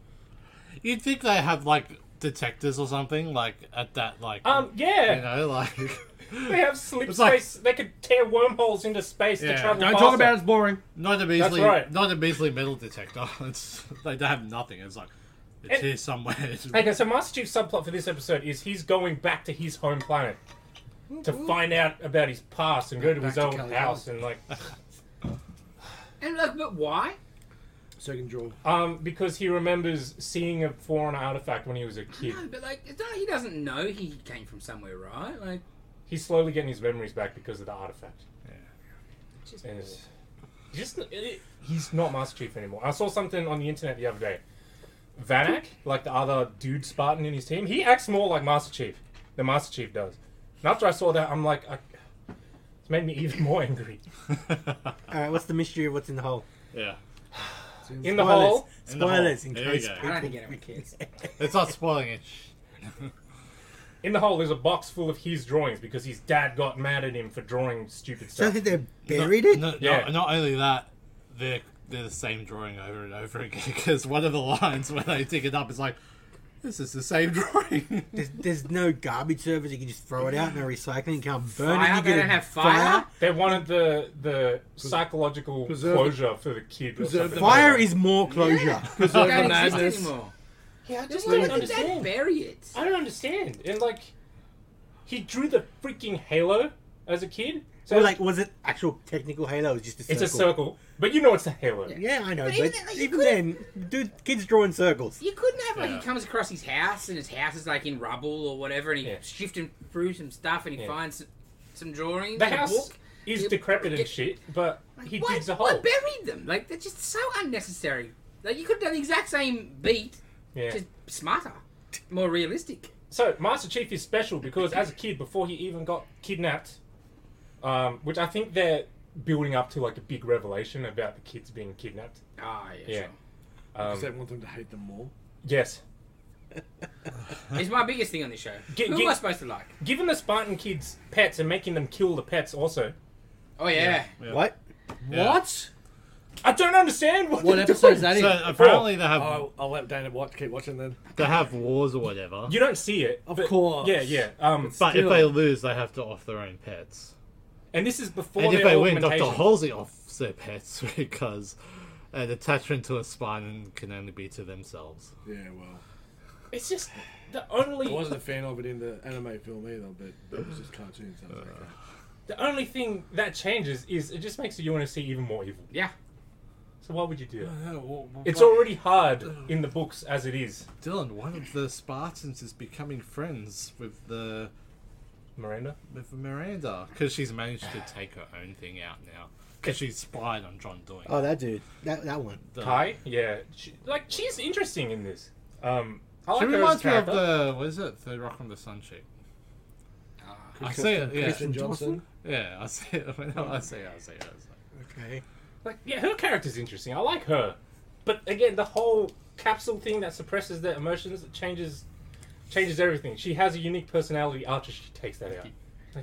S4: You'd think they had like detectors or something like at that like
S1: Um,
S4: you
S1: yeah.
S4: know like
S1: They have slip
S4: It's like-
S1: space. They could tear wormholes into space to
S4: Yeah.
S1: travel
S2: Don't
S1: faster.
S2: talk about it, it's boring.
S4: not a measly
S1: right.
S4: not a measly metal detector. *laughs* It's they don't have nothing. It's like it's
S1: And-
S4: here somewhere. *laughs* It's-
S1: Okay, so Master Chief's subplot for this episode is he's going back to his home planet to find out about his past and go to
S2: Back
S1: his
S2: to
S1: own
S2: California.
S1: house and like
S3: and look, but why?
S2: Second draw.
S1: um because he remembers seeing a foreign artifact when he was a kid.
S2: Oh.
S3: No, but like, it's not, he doesn't know he came from somewhere, right? Like,
S1: He's slowly getting his memories back because of the artifact.
S3: it's just
S1: And it's just it- he's not Master Chief anymore. I saw something on the internet the other day. Vanak, like the other dude Spartan in his team, he acts more like Master Chief than Master Chief does. And after I saw that, I'm like, I, it's made me *laughs* even more angry.
S5: All right. What's the mystery of what's in the hole?
S4: yeah.
S1: In the
S5: Spoilers.
S1: hole,
S4: In the hole.
S5: Spoilers. In
S4: There you
S5: case
S3: I
S4: go.
S3: don't
S5: people-
S3: think anyone cares.
S4: It's not spoiling it. Shh.
S1: in the hole, there's a box full of his drawings because his dad got mad at him for drawing stupid
S5: *laughs* So I
S1: stuff.
S5: think they buried it.
S4: No, no,
S1: Yeah.
S4: Not only that, they're they're the same drawing over and over again because one of the lines when they dig it up is like, "This is the same drawing."
S5: There's, there's no garbage service. You can just throw it out. No recycling. You can't burn it.
S3: Fire?
S5: You
S3: They
S5: get a
S3: don't have fire?
S1: They wanted the the psychological
S2: Preserve it.
S1: closure for the kid. Or
S2: Preserve
S1: something.
S2: the
S5: Fire, Fire is more closure.
S3: It
S5: *laughs*
S2: Preserve
S3: don't
S2: the
S4: *laughs*
S3: exist
S2: madness.
S3: anymore.
S1: Yeah, I just
S3: Why
S1: don't
S3: did the dad
S1: understand.
S3: bury it?
S1: I don't understand. And like, he drew the freaking halo as a kid. So
S5: Or like, was it actual technical Halo? It was just a circle.
S1: it's a circle, but you know it's a halo.
S5: Yeah, I know,
S3: But
S5: but,
S3: even then, like, you
S5: even
S3: could've-
S5: then, dude, kids drawing circles.
S3: You couldn't have like
S4: Yeah.
S3: he comes across his house and his house is like in rubble or whatever, and he's
S1: Yeah.
S3: shifting through some stuff and he
S1: Yeah.
S3: finds some, some drawings.
S1: The
S3: and a
S1: house
S3: book.
S1: is
S3: Yeah,
S1: decrepit and
S3: it-
S1: shit, but he
S3: why,
S1: digs a
S3: why
S1: hole.
S3: buried them? Like they're just so unnecessary. Like you could have done the exact same beat,
S1: Yeah.
S3: just smarter, more realistic.
S1: So Master Chief is special because as a kid, before he even got kidnapped, um, which I think they're building up to like a big revelation about the kids being kidnapped.
S3: Ah, yeah.
S1: Yeah.
S2: Because they
S1: Um,
S2: want them to hate them more.
S1: yes.
S3: Sure. It's my biggest thing on this show.
S1: Gi-
S3: Who
S1: gi-
S3: am I supposed to like?
S1: Giving the Spartan kids pets and making them kill the pets also.
S3: Oh yeah.
S4: Yeah.
S5: What?
S4: Yeah.
S2: What?
S1: I don't understand what,
S2: *laughs* What
S1: they're
S2: episode is
S1: doing.
S2: that in?
S4: So apparently they have
S2: Oh, I'll let Dana watch. Keep watching then.
S4: they have wars or whatever.
S1: You don't see it.
S2: Of
S1: but-
S2: course.
S1: Yeah, yeah. Um,
S4: but
S2: still-
S4: if they lose, they have to off their own pets.
S1: and this is before
S4: And if
S1: their
S4: they win, Dr.
S1: augmentation.
S4: Halsey offs their pets *laughs* because an attachment to a Spartan can only be to themselves.
S2: Yeah, well,
S1: It's just the
S2: I
S1: only
S2: wasn't a fan of it in the anime film either, but it was just cartoons. So I was like, okay.
S1: the only thing that changes is it just makes the UNSC even more evil.
S3: Yeah.
S1: So why would you do
S2: Uh,
S1: that?
S4: Yeah, well, well,
S1: It's
S4: well,
S1: already hard in the books as it is,
S4: Dylan, one of the Spartans is becoming friends with the
S1: Miranda.
S4: with Miranda because she's managed to take her own thing out now because she spied on John Doing.
S1: Uh,
S5: Oh, that dude. That that one.
S4: The-
S1: Kai, yeah, she, like she's interesting in this. Um, I
S4: She
S1: like her as
S4: reminds me of
S1: character.
S4: the what is it? The Rock from the Sun chick.
S1: Ah.
S4: I see it. Yeah,
S2: Christian Johnson.
S4: yeah. I see it. *laughs* Whenever I see it, I see it. I see it.
S5: Okay.
S1: Like, yeah, her character's interesting. I like her, but again, the whole capsule thing that suppresses their emotions it changes changes everything. She has a unique personality after she takes that out.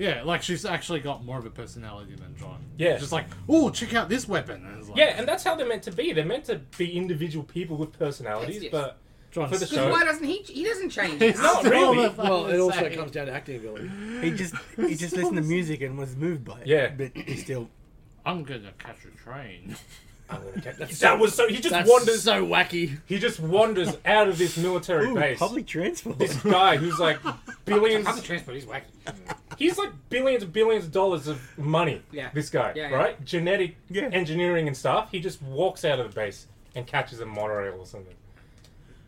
S4: Yeah, like she's actually got more of a personality than John.
S1: Yeah.
S4: just like, oh, check out this weapon. And it's like,
S1: Yeah, and that's how they're meant to be. They're meant to be individual people with personalities,
S3: Yes, yes.
S1: but
S4: John
S1: for the
S3: Because
S1: So-
S3: why doesn't he? He doesn't change.
S4: He's
S1: No,
S4: still
S1: really.
S4: the
S2: Well, it
S4: fucking
S2: also
S4: same.
S2: comes down to acting ability.
S5: He just
S3: *laughs*
S5: he just listened to music and was moved by it.
S1: Yeah.
S5: But he still.
S4: I'm gonna catch a train.
S1: that was so. He just
S2: That's
S1: wanders.
S2: so
S4: *laughs*
S2: wacky.
S1: He just wanders out of this military
S5: Ooh,
S1: base.
S5: public transport.
S1: This guy who's like billions.
S3: Public transport is wacky.
S1: He's like billions and billions of dollars of money.
S3: Yeah.
S1: This guy,
S3: Yeah, yeah.
S1: right? Genetic
S5: Yeah.
S1: *laughs* engineering and stuff. He just walks out of the base and catches a monorail or something.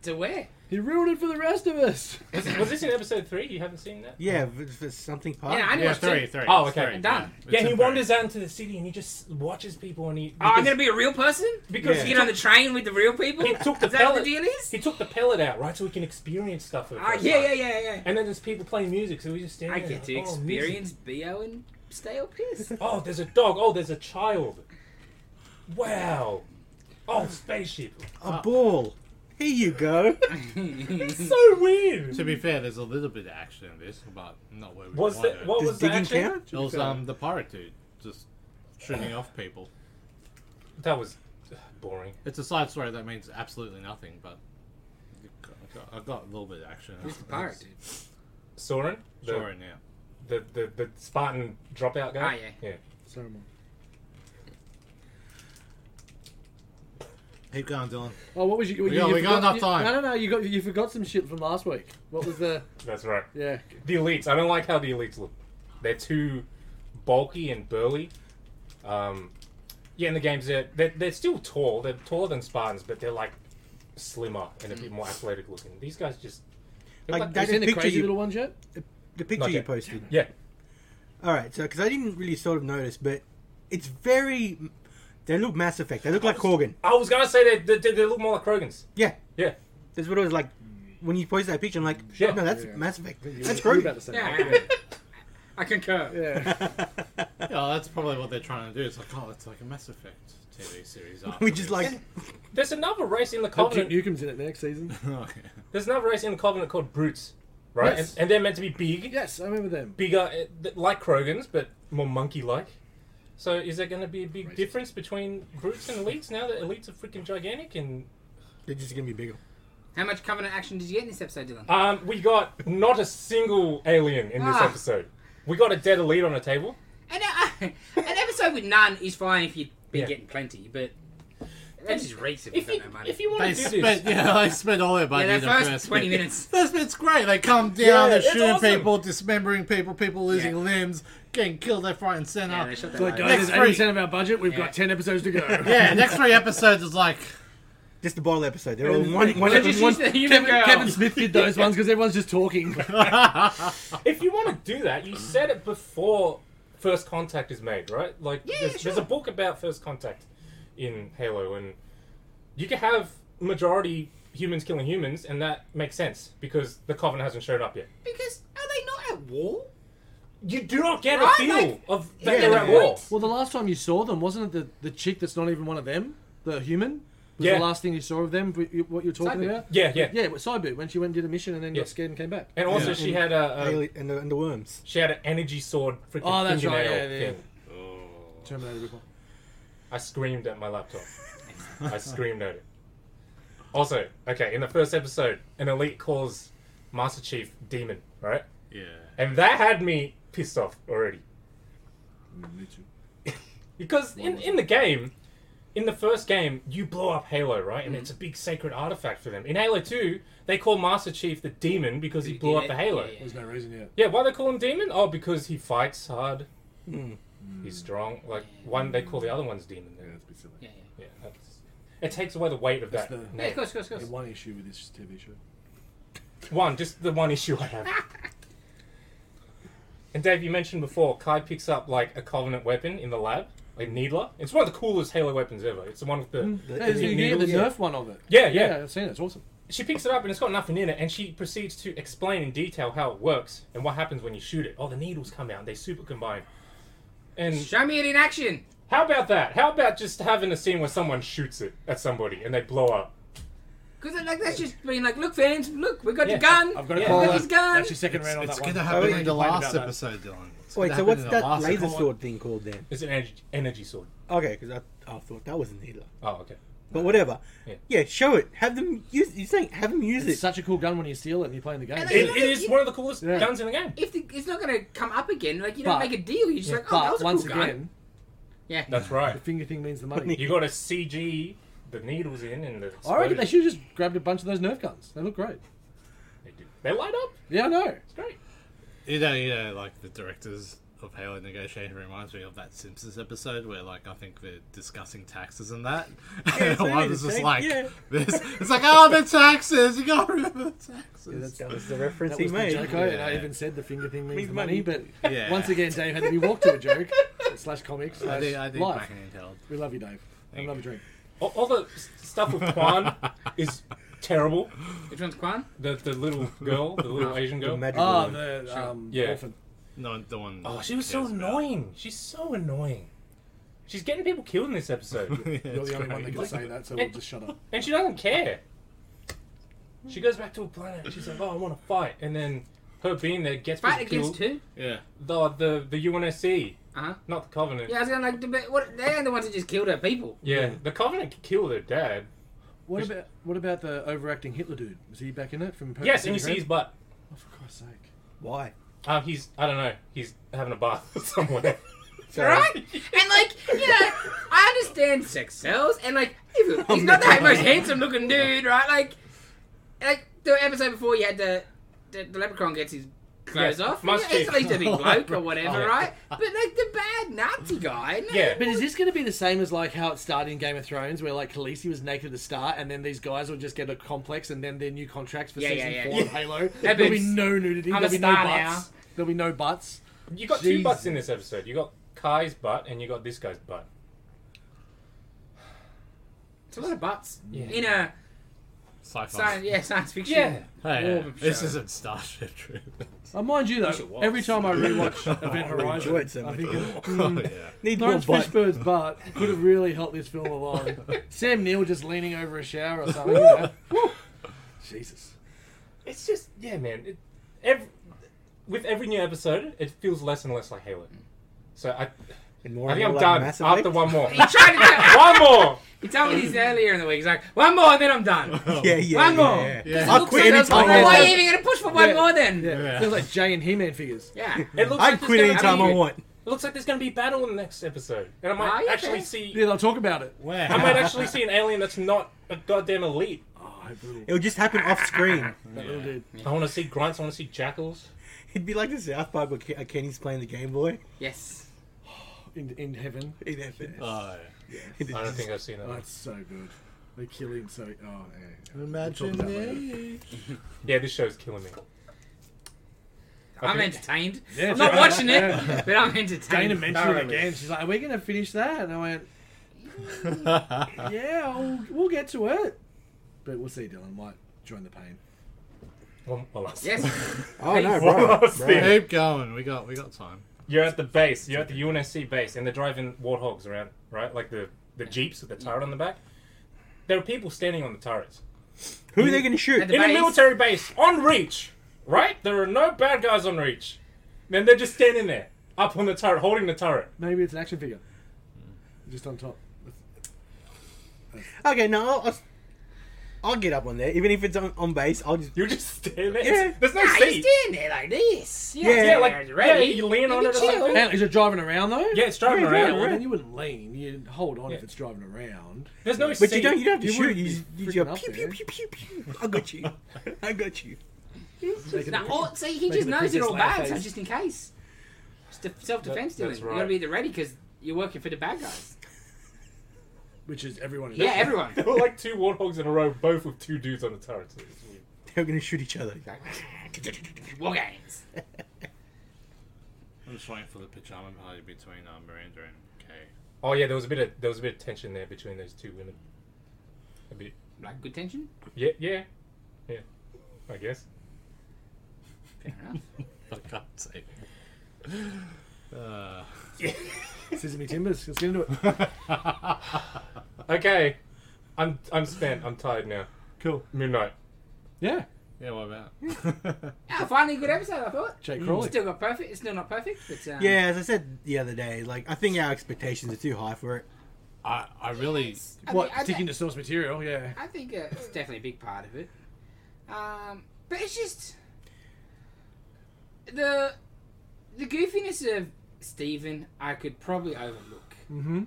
S3: To where?
S2: He ruined it for the rest of us.
S1: Was, was this in episode three? You haven't seen that?
S5: Yeah, v- v- something part.
S3: Yeah, I know
S4: Yeah,
S3: it's
S4: three,
S3: three.
S4: three.
S1: Oh,
S4: it's
S1: okay.
S4: three,
S3: Done.
S1: yeah,
S4: It's
S1: he
S4: in
S1: wanders out into the city and he just watches people and he.
S3: Oh, I'm
S1: because-
S3: gonna be a real person.
S1: Because
S3: you
S1: he
S3: get on the train with the real people.
S1: He
S3: *laughs*
S1: took the
S3: is that what
S1: pellet.
S3: the deal is?
S1: He took the pellet out, right? So we can experience stuff. for the
S3: Ah,
S1: first
S3: yeah,
S1: time.
S3: yeah, yeah, yeah.
S1: And then there's people playing music, so we just stand
S3: I
S1: there
S3: get to
S1: like, oh, music.
S3: experience bo and stale piss.
S1: Oh, there's a dog. Oh, there's a child. Wow. Oh, spaceship.
S5: A ball. Here you go.
S1: It's so weird.
S4: To be fair, there's a little bit of action in this, but not where we
S1: Was
S4: wanted.
S1: that what
S5: Does
S1: was that?
S5: digging
S1: actually?
S5: count?
S4: It was um, the pirate dude just shooting off people.
S1: That was uh, boring.
S4: It's a side story that means absolutely nothing, but I got, I got a little bit of action.
S3: Who's the pirate dude?
S1: Soren, the,
S4: Sure, yeah.
S1: the, the the Spartan dropout guy.
S3: Ah, yeah.
S1: yeah.
S2: Sorry, Mom.
S4: Keep going, Dylan.
S2: Oh, what was you?
S4: We
S2: you,
S4: got-
S2: you
S4: we got
S2: forgot-
S4: enough time.
S2: You, no, no, no. You got you forgot some shit from last week. What was the?
S1: That's right.
S2: Yeah,
S1: The elites. I don't like how the elites look. They're too bulky and burly. Um, yeah, in the games they're, they're they're still tall. They're taller than Spartans, but they're like slimmer and a bit
S3: Mm.
S1: more athletic looking. These guys just they're
S5: Like
S1: like-
S5: that-
S2: you seen the
S5: picture
S2: crazy
S5: you-
S2: little ones yet?
S5: The picture
S1: Not
S5: you
S1: yet.
S5: posted.
S1: yeah.
S5: All right, so because I didn't really sort of notice, but it's very. They look Mass Effect. They look like Corgan.
S1: I was gonna say they, they, they look more like Krogans.
S5: Yeah,
S1: Yeah.
S5: that's what it was like when you posted that picture. I'm like,
S1: Yeah.
S5: no, that's
S2: Yeah.
S5: Mass Effect.
S2: You
S5: That's
S2: were- you were
S5: Corgan.
S2: About the same.
S3: Yeah.
S2: age,
S3: *laughs* I concur.
S2: Yeah. yeah.
S4: Yeah, that's probably what they're trying to do. It's like, oh, it's like a Mass Effect TV series.
S5: we
S4: *laughs*
S5: just like
S1: There's another race in the
S2: Hope Duke
S1: Covenant.
S2: Nukem's in it next season.
S1: There's another race in the Covenant called Brutes, right?
S2: Yes.
S1: And, and they're meant to be big,
S2: Yes, I remember them.
S1: bigger, uh, th- like Krogans, but more monkey-like. So is there going to be a big difference between Brutes and Elites now that Elites are freaking gigantic? And
S5: they're just gonna be bigger.
S3: How much covenant action did you get in this episode, Dylan?
S1: um, we got not a single alien in this
S3: Ah.
S1: episode. We got a dead elite on a table.
S3: An, uh, an episode with none is fine if you've been
S1: Yeah.
S3: getting plenty, but that's just reeks if,
S1: If
S3: we
S1: you,
S3: don't know money.
S1: if you want
S4: They
S1: to do this,
S4: spent, yeah, they spent all their budget
S3: that
S4: in the
S3: first
S4: first
S3: 20
S4: bit.
S3: minutes.
S4: *laughs* First bit's great. They come down,
S1: Yeah,
S4: they're
S1: it's
S4: shooting
S1: awesome.
S4: people, dismembering people, people losing
S3: Yeah.
S4: limbs, getting killed left, right, and center.
S3: yeah, they shut that
S2: Like,
S3: down.
S4: Next
S2: guys,
S4: three.
S2: eighty percent of our budget. We've
S3: Yeah.
S2: got ten episodes to go.
S4: *laughs* yeah,
S2: *laughs*
S4: next three episodes is like,
S5: Just the bottle episode. They're all in one. one,
S3: Why
S2: *laughs*
S3: don't you
S5: one,
S3: use the human
S2: Kevin,
S3: girl?
S2: Kevin Smith did those ones because everyone's just talking.
S1: if you want to do that, you said it before First Contact is made, right? Like, there's, there's a book about First Contact in Halo, and you can have majority humans killing humans, and that makes sense because the Covenant hasn't showed up yet.
S3: Because are they not at war?
S1: You do not get
S3: Right,
S1: a feel
S3: like-
S1: of
S5: Yeah,
S1: that they're at
S5: yeah.
S1: war.
S2: Well, the last time you saw them, wasn't it the, the chick that's not even one of them, the human? Was
S1: Yeah.
S2: the last thing you saw of them, w- you- what you're talking
S3: Cyborg.
S2: about?
S1: Yeah, yeah.
S2: Yeah, it was Cyber when she went and did a mission and then
S1: Yeah.
S2: got scared and came back.
S1: And also, she had a, a
S5: alien- and, the, and the worms.
S1: she had an energy sword freaking
S2: Oh, that's
S1: fingernail
S2: right, yeah, yeah,
S1: thing.
S2: Terminator ripoff.
S1: I screamed at my laptop. I screamed at it. Also, okay, in the first episode, an elite calls Master Chief demon, right?
S4: yeah.
S1: And that had me pissed off already. *laughs* Because in, in the game, in the first game, you blow up Halo, right? And it's
S2: Mm-hmm.
S1: a big sacred artifact for them. In Halo 2, they call Master Chief the demon because he blew up the Halo.
S3: Yeah, yeah.
S2: There's no reason yet.
S1: Yeah, why they call him demon? Oh, because he fights hard.
S2: Hmm.
S1: He's strong. Like, one, they call the other ones demon. Then.
S2: a bit silly.
S3: Yeah, yeah.
S1: Yeah, that's- it takes away the weight of that.
S2: That's the-
S3: Yeah,
S1: name.
S3: of course, of course, of course.
S2: one issue with this TV show.
S1: One, just the one issue I *laughs* have. and Dave, you mentioned before, Kai picks up like a Covenant weapon in the lab, like Needler. It's one of the coolest Halo weapons ever. It's the one with the.
S2: The,
S1: the needles,
S2: the
S1: yeah.
S2: Nerf one of it.
S1: Yeah, Mm. yeah.
S2: I've seen it. It's awesome.
S1: She picks it up and it's got nothing in it, and she proceeds to explain in detail how it works and what happens when you shoot it. Oh, the needles come out; and they super combine. And
S3: Show me it in action.
S1: how about that? How about just having a scene where someone shoots it at somebody and they blow up?
S3: Because like that's just being like, look, fans, look, we got
S1: Yeah.
S3: the gun.
S2: I've got to
S1: Yeah.
S2: call
S1: Look,
S2: that.
S3: he's gone.
S2: That's your second
S4: It's,
S2: round on
S4: it's
S2: that one.
S4: going to
S2: I
S5: Oh,
S4: happen
S2: already
S4: in the
S2: complained
S4: last
S2: about that.
S4: episode, Dylan. It's
S5: Wait,
S4: gonna
S5: so
S4: happen
S5: what's
S4: in the
S5: that
S4: last
S5: laser
S4: episode.
S5: sword thing called then?
S1: It's an energy, energy sword.
S5: Okay, because I, I thought that was a needler,
S1: Oh, okay.
S5: but whatever.
S1: Yeah.
S5: Yeah. show it. Have them use. You're saying have them use
S2: It's
S5: it.
S2: such a cool gun when you steal it and you're playing the game.
S3: And they-
S1: It, it is one of the coolest
S2: Yeah.
S1: guns in the game.
S3: If the, it's not going to come up again, like you don't
S2: But-
S3: make a deal. You're just like, oh, that was
S2: but
S3: a
S2: once
S3: cool gun.
S2: again,
S3: Yeah.
S1: That's
S2: the
S1: right.
S2: finger thing means the
S1: *laughs*
S2: money.
S1: You got a CG the needles in and the.
S2: I reckon they
S1: explosions.
S2: should have just grabbed a bunch of those Nerf guns. They look great.
S1: They do. They light up.
S2: Yeah, I know.
S1: It's great.
S4: You know, you know, uh, like the directors of Halo Negotiator reminds me of that Simpsons episode where, like, I think they're discussing taxes and that. and *laughs*
S5: it's really
S4: one
S5: the
S4: was just
S5: same,
S4: like,
S5: yeah.
S4: this. It's like, oh, the taxes! You gotta remember the taxes.
S5: That was the reference
S2: That
S5: he
S2: was the
S5: made.
S2: joke, I- and I
S4: Yeah.
S2: even said the finger thing means,
S5: Means
S2: the money,
S5: money.
S2: but
S4: Yeah.
S2: once again, Dave had to be walked to a joke slash comic
S4: I
S2: slash
S4: did, I did my
S2: life.
S4: handheld.
S2: We love you, Dave.
S4: Thank
S2: I love
S4: you.
S2: a drink.
S1: All, all the s- stuff with
S2: *laughs*
S1: Kwan is terrible.
S3: Which one's Quan?
S1: The the little girl, the little Asian
S5: The
S1: girl.
S5: magical
S2: Ah,
S5: one.
S2: the um,
S1: Yeah.
S2: orphan.
S4: No, the one.
S1: Oh, she was so
S4: cares about.
S1: annoying. She's so annoying. She's getting people killed in this
S2: *laughs*
S1: episode,
S4: *laughs* Yeah,
S2: You're
S4: it's
S2: the only one that
S4: great.
S2: can say that, so we'll just shut up.
S1: and she doesn't care. She goes back to a planet. and She's like, "Oh, I want to fight," and then her being there gets
S3: Fight
S1: people
S3: against
S1: killed.
S3: who?
S4: Yeah.
S1: The the the UNSC,
S3: Uh huh.
S1: not the Covenant.
S3: Yeah, I was gonna like, debate- what, they're the ones that just killed her people.
S1: Yeah, the Covenant killed her dad.
S2: What
S1: Which-
S2: about what about the overacting Hitler dude? Was he back in it from? Perfect
S1: Yes, and you see
S2: Syndrome?
S1: his butt.
S2: Oh, for Christ's sake!
S5: Why?
S1: Um, he's I don't know. He's having a bath *laughs* somewhere.
S3: Right? And like, you know, I understand sex sells, and like,
S1: *laughs*
S3: if- he's not the most handsome looking dude, right? Like, like the episode before, you had the the, the leprechaun gets his clothes
S1: Yeah,
S3: off.
S1: must
S3: he's at
S1: be.
S3: least
S1: *laughs*
S3: a big bloke or whatever,
S1: Yeah.
S3: right? But like the bad Nazi guy, no,
S1: Yeah.
S2: But is this going to be the same as like how it started in Game of Thrones, where like Khaleesi was naked at the start, and then these guys will just get a complex, and then their new contracts for
S3: Yeah, yeah,
S2: season
S3: yeah.
S2: four of Halo,
S3: Yeah,
S2: there'll be
S3: but
S2: no nudity,
S3: I'm a
S2: there'll be no
S3: star
S2: butts,
S3: now.
S2: there'll be no butts.
S1: You got two butts in this episode. You got Kai's butt and you got this guy's butt.
S3: it's a lot of butts
S1: Yeah.
S3: in a
S4: Sci-fi.
S3: science, yeah, science fiction.
S1: Yeah.
S4: Hey, uh,
S3: Warp
S4: this
S3: show.
S4: isn't Starship Troopers.
S2: Uh, mind you,
S3: Wish it
S2: though,
S3: was.
S2: every time I rewatch Event Horizon,
S5: enjoyed so
S2: I
S5: much.
S2: think
S4: *laughs*
S2: of,
S4: *laughs* oh,
S2: mm,
S4: yeah.
S5: Need more
S2: Lawrence
S5: butt.
S2: Fishburne's butt could have really helped this film along. *laughs* Sam Neill just leaning over a shower or something. you know? Jesus.
S1: It's just yeah, man. It, every, with every new episode, it feels less and less like Halo. So I,
S5: And more
S1: I think I'm
S5: like
S1: done
S5: Mass
S1: after
S5: Effect?
S1: one
S3: *laughs*
S1: more.
S3: He tried to tell,
S1: one more.
S3: he told me this earlier in the week. He's like, one more, and then I'm
S1: *laughs*
S3: done.
S5: Yeah, yeah,
S3: One
S5: yeah,
S3: more.
S5: yeah.
S4: Yeah.
S5: I'll
S3: Looks
S5: quit
S3: like
S5: any
S3: that's-
S5: time.
S3: Why are
S5: I
S3: you
S5: want.
S3: even gonna push for one
S2: Yeah.
S3: more then?
S2: Yeah.
S4: Yeah.
S2: Feels like Jay and He Man figures.
S3: Yeah.
S1: It looks
S5: I'd
S1: like there's
S5: quit any
S1: gonna
S5: time
S1: be-
S5: I want.
S1: It looks like there's gonna be battle in the next episode, and I
S3: Ah,
S1: might
S3: yeah.
S1: actually see.
S2: Yeah, they'll talk about it.
S4: Wow.
S1: I might actually see an alien that's not a goddamn elite.
S2: Oh, I will.
S5: It would just happen off screen.
S2: That little dude.
S1: I want to see grunts. I want to see jackals.
S5: *laughs* It'd be like the South Park where Ke- uh, Kenny's playing the Game Boy. *laughs*
S3: Yes.
S2: In, in heaven.
S5: He'd have it.
S4: Oh,
S5: He'd
S1: I don't
S5: just-
S1: think I've seen that.
S2: Oh, that's so good. They kill him so. Oh, yeah.
S4: Imagine
S2: We'll talk about that later.
S1: Yeah, this show's killing me. I
S3: I'm
S1: think-
S3: entertained.
S2: Yeah,
S3: I'm not
S2: sure.
S3: watching it,
S2: Yeah.
S3: *laughs* but I'm entertained.
S2: Dana mentioned
S3: thoroughly.
S2: it again. She's like, "Are we gonna finish that?" And I went,
S4: yeah.
S2: "Yeah, we'll, we'll get to it." But we'll see, Dylan. Might join the pain.
S1: One, one last.
S3: Yes.
S5: Oh no,
S1: One
S5: bro.
S1: last
S5: bro.
S1: thing.
S4: *laughs* Keep going. We got we got time.
S1: You're at the base. You're at the UNSC base, and they're driving warthogs around, right? Like the the jeeps with the turret on the back. There are people standing on the turrets
S5: Who are they going to shoot?
S3: At the
S1: in a
S3: base.
S1: military base on reach, right? There are no bad guys on reach. Then they're just standing there, up on the turret, holding the turret.
S2: Maybe it's an action figure,
S1: Mm.
S2: just on top.
S5: Okay, no, I'll, I'll, I'll get up on there. Even if it's on, on base, I'll just.
S1: You just stand there.
S5: Yeah.
S1: It's- There's *laughs* no
S3: Nah, you
S1: seat.
S3: stand there like this. Yeah,
S5: Yeah,
S1: Yeah, like
S3: you're
S1: yeah,
S3: ready.
S1: you lean on
S3: You
S1: it or
S3: chill.
S1: something.
S2: And is it driving around though?
S1: Yeah, it's driving
S5: Yeah,
S1: around.
S5: yeah,
S2: Well,
S5: yeah.
S2: then you wouldn't lean. You'd hold on
S1: Yeah.
S2: if it's driving around.
S1: There's no seat.
S5: But you don't. You don't have to
S2: You
S5: shoot.
S2: wouldn't
S5: You,
S2: be
S5: just- you
S2: freaking
S5: just
S2: up
S5: pew pew
S2: there.
S5: pew pew pew. I got you. I got you.
S2: Making
S3: Nah,
S2: a-
S3: oh, see, he
S2: Making
S3: just
S2: the
S3: knows you're
S2: princess
S3: all
S2: laugh
S3: bad, so
S2: face.
S3: just in case. It's the self-defense
S1: That-
S3: doing.
S1: that's
S3: You gotta
S1: right.
S3: be the ready because you're working for the
S1: *laughs*
S3: bad guys.
S2: which is everyone. in
S3: Yeah,
S2: that-
S3: everyone.
S1: There were like two warthogs in a row, both with two dudes on the turrets. It's weird.
S5: They're going to shoot each other.
S3: War games.
S4: I'm just waiting for the pajama party between uh, Miranda and Kay.
S1: Oh yeah, there was a bit of there was a bit of tension there between those two women. A bit.
S3: Like good tension.
S1: Yeah, yeah, yeah. I guess.
S3: Fair
S1: *laughs*
S3: enough.
S4: I can't say. Uh, *laughs*
S2: Sesame Timbers. Let's get into it.
S1: Okay, I'm I'm spent. I'm tired now.
S2: Cool.
S1: Midnight.
S2: Yeah.
S4: yeah, what about?
S3: yeah, Ah, finally a good episode. I thought.
S2: Jake Crawley.
S3: Still got perfect. It's still not perfect, but um,
S5: Yeah, as I said the other day, like I think our expectations are too high for it.
S4: *laughs* I I really
S3: I
S2: what
S3: mean, I
S2: sticking to
S3: don't-
S2: source material? Yeah.
S3: I think uh, it's definitely a big part of it. Um, but it's just the the goofiness of Stephen. I could probably overlook.
S2: Mm-hmm.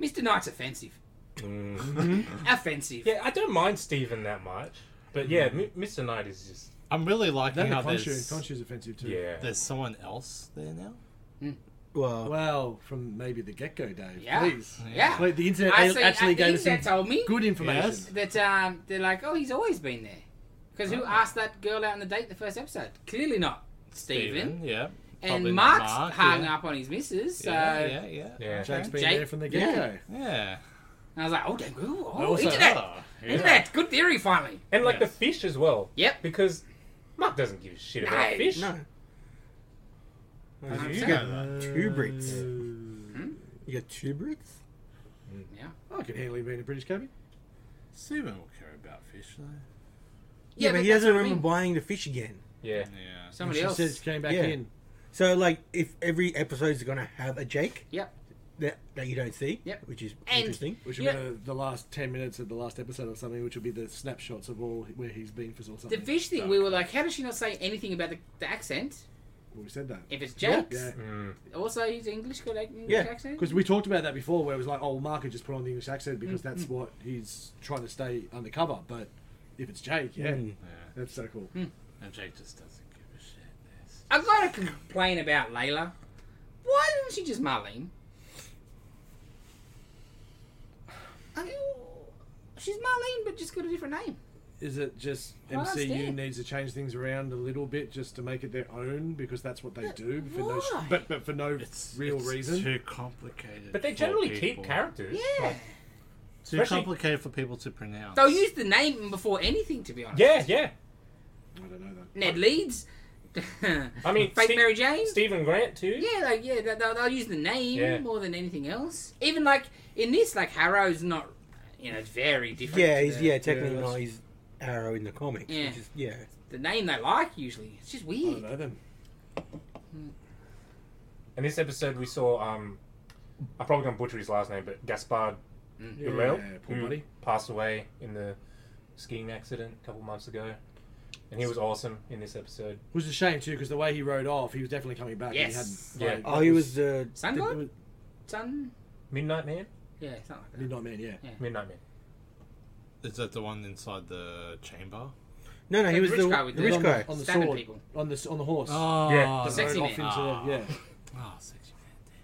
S3: Mr. Knight's
S4: *clears throat*
S3: offensive. Offensive.
S1: Mm. Yeah, I don't mind Steven that much, but yeah, M- Mr. Knight is just
S4: I'm really liking
S2: Then the
S4: how
S2: Conchu.
S4: there's
S2: Conchu's offensive too.
S1: yeah.
S4: there's someone else there now.
S5: Well,
S2: Well, from maybe the get-go, Dave.
S3: Yeah.
S2: Please.
S3: Yeah.
S2: Wait, the internet
S3: I
S2: a-
S3: see-
S2: actually
S3: uh, the
S2: gave us some
S3: internet told me.
S2: good information.
S4: Yes.
S3: that um, they're like, oh, he's always been there. Because who
S4: Uh-huh.
S3: asked that girl out on the date the first episode? Clearly not Stephen.
S4: Steven, yeah.
S3: And
S4: Probably not
S3: Mark's
S4: Mark,
S3: hung
S4: yeah.
S3: up on his missus. So
S4: Yeah, yeah, yeah.
S1: Yeah.
S2: Jake's been
S3: Jake-
S2: there from the get-go.
S4: Yeah.
S3: I was like, oh, damn, good. Oh,
S2: also-
S3: internet.
S4: Oh,
S3: Internet. Good theory, finally.
S1: And like
S4: Yes.
S1: the fish as well.
S3: Yep.
S1: Because Mark doesn't give a shit about
S3: No.
S1: fish.
S5: no.
S3: I'm
S5: You
S3: saying-
S5: got
S4: Yeah.
S5: two Brits. You got two Brits.
S3: Yeah.
S2: Oh, I can handle him being a British cabby.
S4: Steven will care about fish, though.
S5: Yeah, but, he
S3: that's
S5: doesn't
S3: what I
S5: remember
S3: mean.
S5: buying the fish again.
S1: Yeah.
S4: Yeah.
S3: Somebody
S2: she
S3: else.
S2: says she came back
S5: Yeah.
S2: in.
S5: So, like, if every episode is going to have a Jake
S3: Yep.
S5: that, that you don't see,
S3: Yep.
S5: which is
S3: And-
S5: interesting.
S2: Which would
S3: Yeah.
S2: be the, the last 10 minutes of the last episode or something, which would be the snapshots of all where he's been for sort of
S3: The
S2: something.
S3: fish thing, we were like, how does she not say anything about the, the accent?
S2: Well, we said that.
S3: If it's Jake's.
S2: Yeah.
S1: Mm.
S3: Also, he's English, got an English
S5: Yeah,
S3: accent.
S2: Because we talked about that before, where it was like, oh, Mark had just put on the English accent because
S3: Mm,
S2: that's what he's trying to stay undercover. But if it's Jake, yeah,
S5: Mm.
S4: Yeah.
S2: that's so cool.
S4: And Jake just doesn't give a shit.
S3: I've got to complain about Layla. Why didn't she just mull him? I mean, she's Marlene, but just got a different name.
S2: Is it just
S3: I don't
S2: MCU
S3: understand.
S2: needs to change things around a little bit just to make it their own because that's what they
S3: But
S2: do, for no,
S3: why?
S2: but but for no real reason.
S4: Too complicated.
S1: But they
S4: for
S1: generally
S4: people.
S1: keep characters.
S3: Yeah.
S1: Like,
S4: Too
S1: Especially-
S4: complicated for people to pronounce.
S3: They'll use the name before anything, to be honest.
S1: yeah, yeah.
S2: I don't know that.
S3: Ned Leeds. *laughs*
S1: I mean,
S3: fake
S1: Ste-
S3: Mary Jane.
S1: Stephen Grant too.
S3: Yeah, like yeah, they- they'll, they'll use the name
S1: Yeah.
S3: more than anything else. Even like in this, like Harrow's not, you know, it's very different.
S5: Yeah,
S3: to
S5: he's
S3: the,
S5: yeah, technically
S2: yeah,
S5: not.
S2: that's-
S5: He's Arrow in the comics.
S3: Yeah.
S5: Which is, yeah.
S3: the name they like usually. It's just
S2: I don't
S3: weird.
S2: know them.
S1: In this episode, we saw um, I'm probably gonna butcher his last name, but Gaspard
S2: Yeah,
S1: Hummel,
S2: poor
S4: Hmm.
S1: who
S2: buddy.
S1: passed away in the skiing accident a couple months ago, and he was awesome in this episode.
S2: It was a shame too because the way he rode off, he was definitely coming back.
S3: Yes.
S2: And he hadn't,
S1: Yeah.
S5: Oh, he was the
S3: Sun
S2: it
S3: God,
S2: was-
S3: Sun.
S1: Midnight Man,
S3: Yeah, something like that.
S2: Midnight Man, yeah.
S1: Midnight Man.
S4: Is that the one inside the chamber?
S5: no, no. He
S3: The
S5: was
S3: rich
S5: the,
S3: guy with
S5: the
S3: the-
S5: rich
S2: on the,
S5: guy.
S2: on the
S3: Stabbing
S2: sword,
S3: people.
S2: on the s- on the horse.
S4: Oh,
S1: Yeah, the
S2: He rode
S3: sexy
S2: off
S3: man.
S2: into the- yeah.
S4: Oh, sexy man.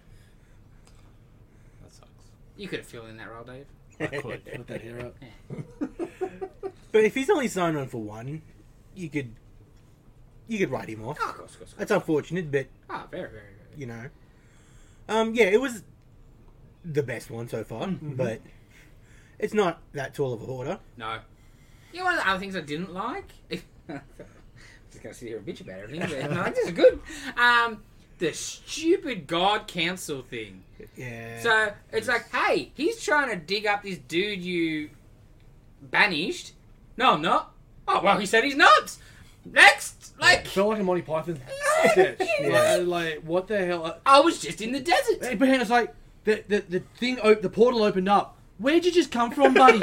S4: Damn. That *laughs* sucks.
S3: You could have filled in that role, Dave.
S4: I *laughs* could.
S2: Put that hair up.
S1: *laughs*
S5: But if he's only signed on for one, you could you could write him off.
S3: Oh, of course, of course, of course.
S5: That's unfortunate, but
S3: Ah, very, very, very.
S5: you know, um, yeah, it was the best one so far.
S2: Mm-hmm.
S5: But it's not that tall of a order.
S3: No. You know, one of the other things I didn't like. *laughs* I'm just gonna sit here and bitch about everything. But no, this is good. Um, the stupid God Council thing.
S5: Yeah.
S3: So it's like, hey, he's trying to dig up this dude you banished. No, I'm not. Oh well, he said he's not. Next, like,
S2: It felt like a Monty
S3: *laughs*
S2: Python sketch.
S5: Yeah.
S2: Like, like, what the hell?
S3: I was just in the desert.
S2: Hey, But it's like the the, the thing, op- the portal opened up. Where'd you just come from,
S3: *laughs*
S2: buddy?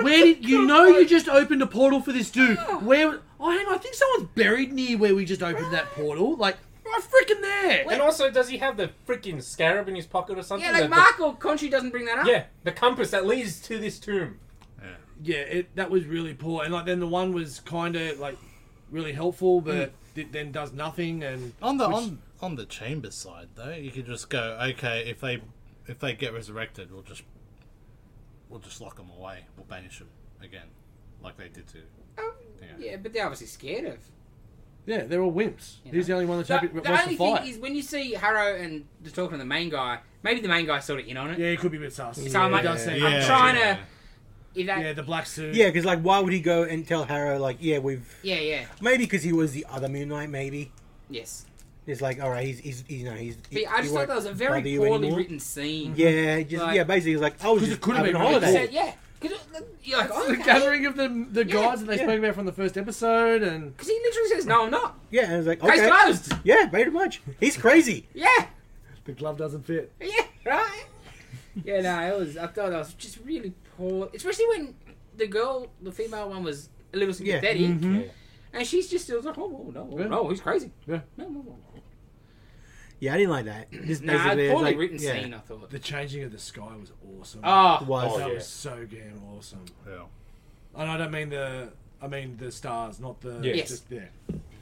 S2: Where did you know you just opened a portal for this dude? Where? Oh, hang on, I think someone's buried near where we just opened that portal. Like, right freaking there.
S1: And also, does he have the freaking scarab in his pocket or something?
S3: Yeah,
S1: The-
S3: like
S1: the-
S3: Mark or Conchu doesn't bring that up.
S1: yeah, the compass that leads to this tomb.
S4: Yeah.
S2: yeah, it, that was really poor. And like then the one was kind of like really helpful, but
S3: Mm.
S2: it then does nothing. And
S4: On the on on the chamber side though, you could just go okay if they if they get resurrected, we'll just we'll just lock them away. We'll banish them again, like they did to.
S3: Um,
S4: Yeah.
S3: yeah, but they're obviously scared of
S2: yeah, they're all wimps. He's the only one that's
S3: The,
S2: happy,
S3: the
S2: wants
S3: only
S2: to
S3: thing
S2: fight.
S3: is when you see Harrow and the talking to the main guy, maybe the main guy's sort of in on it.
S2: yeah, he could be a bit sus.
S3: So I'm
S2: He
S3: like,
S2: does seem-
S3: I'm
S4: Yeah.
S3: trying
S4: Yeah.
S3: to. If that,
S2: Yeah, the black suit.
S5: yeah, because like, why would he go and tell Harrow like, yeah, we've
S3: yeah, yeah,
S5: maybe because he was the other Moon Knight, maybe.
S3: yes.
S5: It's like, all right, he's, he's, he's you know, he's.
S3: But I just thought that was a very
S5: bother you
S3: poorly
S5: anymore.
S3: written scene.
S5: Yeah, just
S3: Like-
S5: yeah, basically, it's like I was
S2: 'Cause it
S5: just
S2: could've
S5: having a
S2: been really
S3: Like you
S5: holiday.
S3: said, yeah. Because you're
S2: *laughs*
S3: like,
S2: the
S3: oh,
S2: gathering of the the
S3: Yeah,
S2: gods that they
S5: yeah.
S2: spoke about from the first episode, and
S3: because he literally says, "No, I'm not.
S5: Yeah, and I was like,
S3: Case
S5: okay,
S3: closed."
S5: yeah, pretty much. He's crazy.
S3: Yeah,
S2: the glove doesn't fit.
S3: yeah, right. yeah, no, it was. I thought that was just really poor, especially when the girl, the female one, was a little
S5: Yeah.
S3: sympathetic,
S1: Yeah.
S3: and she's just still like, "Oh, oh, no, oh,
S2: mm-hmm. Yeah.
S3: no, he's crazy."
S2: Yeah.
S3: No, no, no.
S5: Yeah, I didn't like that. Just
S3: Nah,
S5: basically,
S3: poorly
S5: it's like,
S3: written
S5: yeah,
S3: scene. I thought.
S2: The changing of the sky was awesome.
S3: Oh,
S5: was
S1: Oh,
S2: that
S1: yeah.
S2: was so damn awesome.
S4: Yeah.
S2: And I don't mean the, I mean the stars, not the
S1: Yeah.
S3: Yes.
S2: just yeah,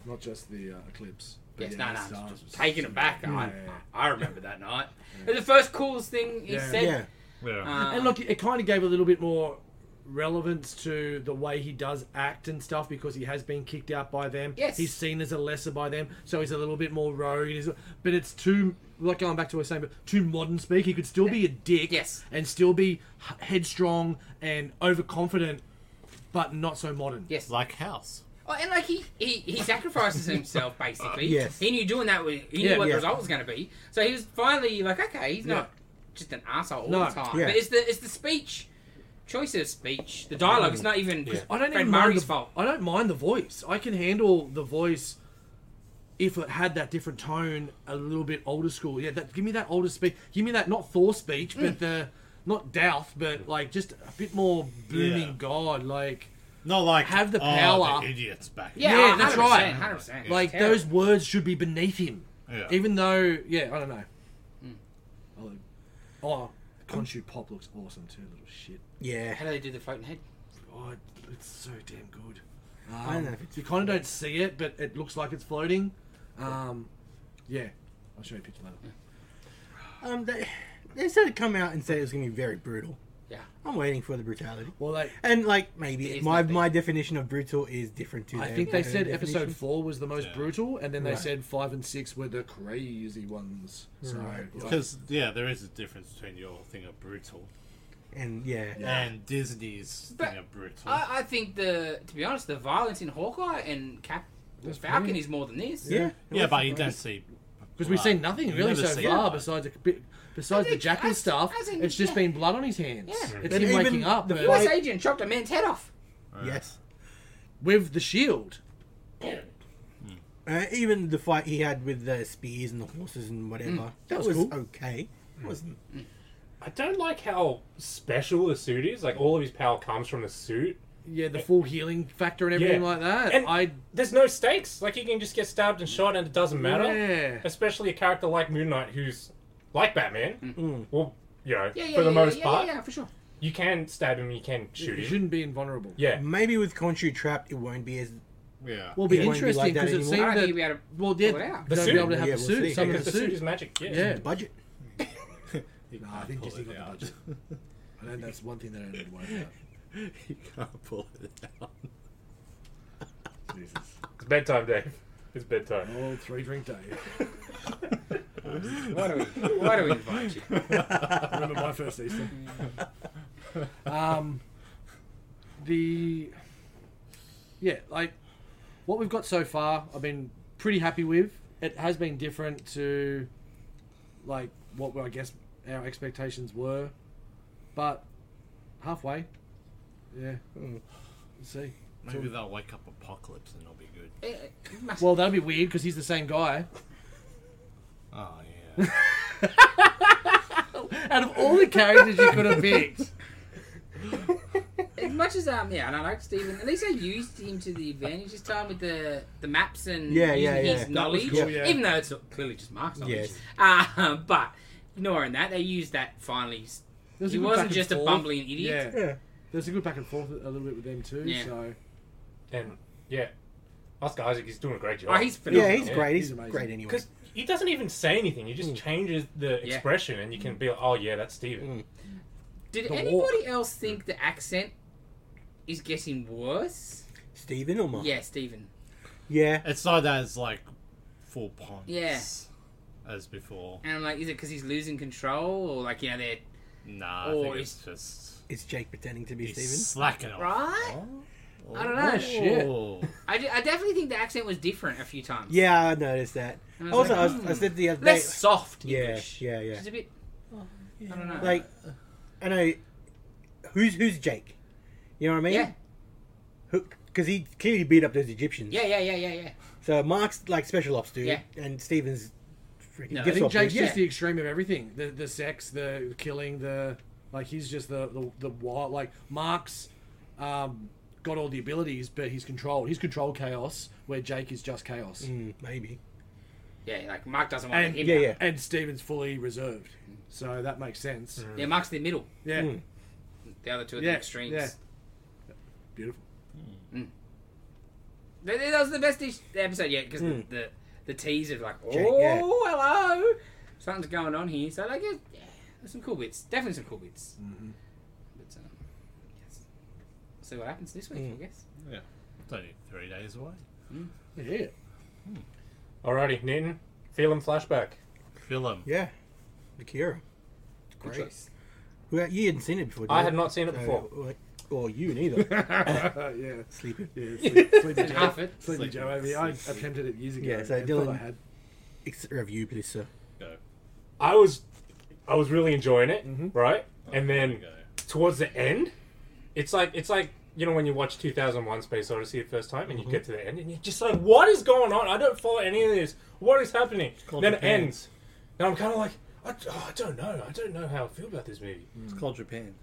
S2: not just the uh, eclipse.
S3: Yes,
S2: yeah,
S3: no, no.
S2: Stars
S3: just
S2: was-
S3: Taken aback. I,
S2: Yeah.
S3: I remember that night. It was the first coolest thing he
S2: Yeah.
S3: said.
S5: yeah.
S4: Yeah.
S3: Uh,
S2: And look, it kind of gave a little bit more relevance to the way he does act and stuff because he has been kicked out by them.
S3: Yes.
S2: He's seen as a lesser by them, so he's a little bit more rogue. He's- But it's too, like going back to what I was saying, but too modern speak. He could still be a dick
S3: Yes.
S2: and still be h- headstrong and overconfident, but not so modern.
S3: yes.
S4: Like House.
S3: Oh, and like he, he, he sacrifices himself basically.
S5: Yes.
S3: He knew doing that was he knew
S2: Yeah,
S3: what
S5: yeah.
S3: the result was going to be. So he was finally like, okay, he's
S2: Yeah.
S3: not just an asshole all
S2: No.
S3: the time.
S5: Yeah.
S3: But it's the it's the speech, choice of speech, the dialogue. It's not even
S2: I don't even
S3: Fred
S2: mind
S3: Murray's
S2: the,
S3: fault.
S2: I don't mind the voice. I can handle the voice if it had that different tone, a little bit older school. Yeah, that give me that older speech. Give me that not Thor speech,
S4: Mm.
S2: but the not Douth, but like just a bit more booming
S4: Yeah.
S2: God. Like
S4: Not like
S2: Have the
S4: "Oh,
S2: power."
S4: idiots back.
S3: Yeah,
S2: Yeah, that's right.
S3: Hundred percent.
S2: like those words should be beneath him.
S4: Yeah. Mm.
S2: Even though, yeah, I don't know. Oh, oh Conchu Pop looks awesome too. Little shit.
S5: Yeah.
S3: How do they do the floating head?
S2: Oh, it- it's so damn good.
S5: I don't know if it's
S2: You kind of don't see it, but it looks like it's floating. Um, yeah, I'll show you a picture later.
S5: Um, they, they said it come out and said it was gonna be very brutal.
S3: Yeah.
S5: I'm waiting for the brutality.
S2: Well, they,
S5: And like
S3: It
S5: maybe
S3: is
S5: my
S3: nothing.
S5: my definition of brutal is different to
S2: I
S5: their-
S2: think they
S5: their
S2: said
S5: definition.
S2: episode four was the most
S4: Yeah.
S2: brutal, and then they
S5: Right.
S2: said five and six were the crazy ones. So,
S5: Right.
S2: like,
S4: Because yeah, there is a difference between your thing of brutal
S5: And yeah,
S4: and Disney's
S3: But
S4: thing of brutal.
S3: I, I think the to be honest, the violence in Hawkeye and Cap
S2: That's
S3: Falcon
S2: brilliant.
S3: is more than this.
S5: yeah,
S4: yeah, but you
S5: Right.
S4: don't see.
S2: because we've
S4: blood.
S2: seen nothing
S4: You
S2: really
S4: uh, never
S2: so
S4: see
S2: far
S4: blood.
S2: besides a bit, besides
S3: I
S2: the
S3: think
S2: jackal
S3: as-
S2: stuff.
S3: as in-
S2: it's just
S3: yeah.
S2: been blood on his hands.
S3: Yeah.
S2: It's him
S5: And even
S2: waking up.
S5: the
S2: but-
S3: U.S. agent chopped a man's head off.
S5: yes.
S2: with the shield.
S5: Uh, even the fight he had with the spears and the horses and whatever, that,
S2: was
S5: was,
S2: cool.
S5: okay. It wasn't
S1: I don't like how special the suit is. Like all of his power comes from the suit.
S2: Yeah, the full healing factor and everything like that.
S1: And
S2: I
S1: there's no stakes. Like he can just get stabbed and shot, and it doesn't matter.
S2: Yeah.
S1: Especially a character like Moon Knight, who's like Batman. Well, you know,
S3: Mm. Yeah, yeah,
S1: for the
S3: yeah,
S1: most
S3: yeah,
S1: part,
S3: yeah, yeah, for sure.
S1: you can stab him, you can shoot
S2: you
S1: him.
S2: shouldn't be invulnerable.
S1: Yeah,
S5: maybe with Conchu trapped it won't be as
S2: Well, it'll
S4: Yeah.
S5: It
S2: be
S5: won't be
S2: interesting
S5: like that
S2: because it
S5: anymore.
S2: seemed
S3: I don't
S2: that
S3: think you'll be able to
S2: well,
S3: pull it
S2: yeah,
S3: out.
S1: The
S2: they'll
S1: suit?
S2: be able to have
S5: Yeah,
S2: the
S5: we'll
S2: suit.
S5: see.
S2: Some
S1: because the
S2: of *laughs* the
S1: suit is
S2: suit.
S1: magic. Yeah.
S2: Yeah.
S5: the budget.
S4: You
S2: Nah, I
S4: can't
S2: think
S4: pull
S2: Disney
S4: it
S2: got the
S4: out.
S2: budget. I know that's one thing they don't need to worry
S4: *laughs* you can't pull it out.
S2: about. Jesus.
S1: It's bedtime, Dave. It's bedtime.
S2: Oh, three drink day.
S3: Why do we? Why do we invite you?
S2: Remember my first Easter. um, the yeah, like what we've got so far, I've been pretty happy with. It has been different to like what I guess our expectations were, but halfway, yeah. We'll see.
S4: *laughs* Maybe they'll wake up Apocalypse and it'll be good.
S3: Eh, eh, you must-
S2: Well, that'd be weird because he's the same guy.
S4: Oh yeah.
S2: Out of all the characters you could have *laughs* picked,
S3: as much as um, yeah, and I like Steven. At least I used him to the advantage this time with the the maps and
S5: Yeah,
S3: using
S5: yeah, yeah.
S3: his
S2: That was
S3: knowledge.
S2: cool, yeah.
S3: Even though it's clearly just Mark's knowledge.
S5: Yes.
S3: Uh, *laughs* but ignoring that, they used that finally.
S2: There was a
S3: He
S2: good back
S3: wasn't
S2: and
S3: just a
S2: forth.
S3: bumbling idiot.
S2: Yeah.
S5: Yeah,
S2: There's a good back and forth a little bit with them too.
S3: Yeah.
S2: So
S1: And yeah, Oscar Isaac is doing a great job.
S3: Oh, he's phenomenal.
S5: yeah, he's great.
S2: He's
S5: He's,
S2: amazing.
S5: great anyway.
S1: because he doesn't even say anything. He just changes the
S3: Yeah.
S1: expression, and you can be like, "Oh yeah, that's Steven.
S3: Did
S2: The walk.
S3: anybody else think the accent is getting worse?
S5: Steven or Mark?
S3: Yeah, Stephen.
S5: yeah.
S4: *laughs* It's not as like full punch.
S3: Yeah.
S4: As before.
S3: And I'm like, is it because he's losing control, or like you know they're
S4: Nah, I
S3: Or
S4: think
S3: it's-
S4: it's just
S5: It's Jake pretending to be
S4: he's
S5: Steven.
S4: slacking off.
S3: Right?
S4: Oh.
S3: I don't know.
S2: Shit.
S4: Oh.
S3: I, de- I definitely think the accent was different a few times.
S5: Yeah, I noticed that.
S3: And I was
S5: Also,
S3: like,
S5: I, was,
S3: hmm,
S5: I said the other day,
S3: less soft
S5: Yeah,
S3: English.
S5: yeah, yeah.
S3: Just a bit. I don't know.
S5: like, I know who's who's Jake. You know what I mean?
S3: Yeah.
S5: Because he clearly beat up those Egyptians.
S3: yeah, yeah, yeah, yeah, yeah.
S5: So Mark's like special ops dude,
S3: Yeah.
S5: and Steven's freaking.
S3: No, I
S2: I
S5: gift
S2: think
S5: ops
S2: Jake's
S5: dude.
S2: just the extreme of everything: the the sex, the killing, the like. He's just the the, the wild. Like Mark's um, got all the abilities, but he's controlled. He's controlled chaos, where Jake is just chaos,
S5: Mm, maybe.
S3: Yeah, like Mark doesn't want
S2: And-
S3: him.
S5: yeah,
S3: now.
S5: yeah.
S2: and Steven's fully reserved. So that makes sense.
S3: Yeah, Mark's the middle.
S2: Yeah,
S5: Mm.
S3: The other two are
S2: Yeah,
S3: the extremes.
S2: yeah. beautiful.
S3: That, that was the best ish- episode yet because
S5: Mm.
S3: the, the the tease of like, oh,
S5: Jake, yeah.
S3: hello, something's going on here. So like, yeah, yeah, there's some cool bits. Definitely some cool bits.
S5: Mm-hmm.
S2: Mhm.
S3: But um, yes. see what happens this
S5: Hmm.
S3: week, I guess.
S4: It's only three days away.
S2: Yeah.
S1: Alrighty, Nathan, film flashback.
S4: Film.
S5: Yeah, Akira.
S3: Good
S5: Great.
S3: choice.
S5: Well, you hadn't seen it before. Did
S1: I
S5: you?
S1: had not seen it
S5: So,
S1: before.
S5: like, well,
S1: *laughs*
S5: you neither.
S2: *laughs* *laughs* yeah.
S5: Sleeping.
S2: Yeah, sleep, sleepy Joe,
S3: Half it.
S2: sleepy Joe over here. I attempted it years ago.
S5: Yeah, so
S2: and thought
S5: Dylan-
S2: I had.
S5: Ex- review, please, sir.
S4: Go.
S1: I was, I was really enjoying it,
S2: Mhm.
S1: right? And then
S4: Go.
S1: towards the end, it's like it's like you know when you watch 2001: Space Odyssey the first time and you get to the end and you're just like, what is going on? I don't follow any of this. What is happening?
S4: called
S1: Then
S4: Japan.
S1: it ends, and I'm kind of like, I, oh, I don't know. I don't know how I feel about this movie.
S4: It's called Japan.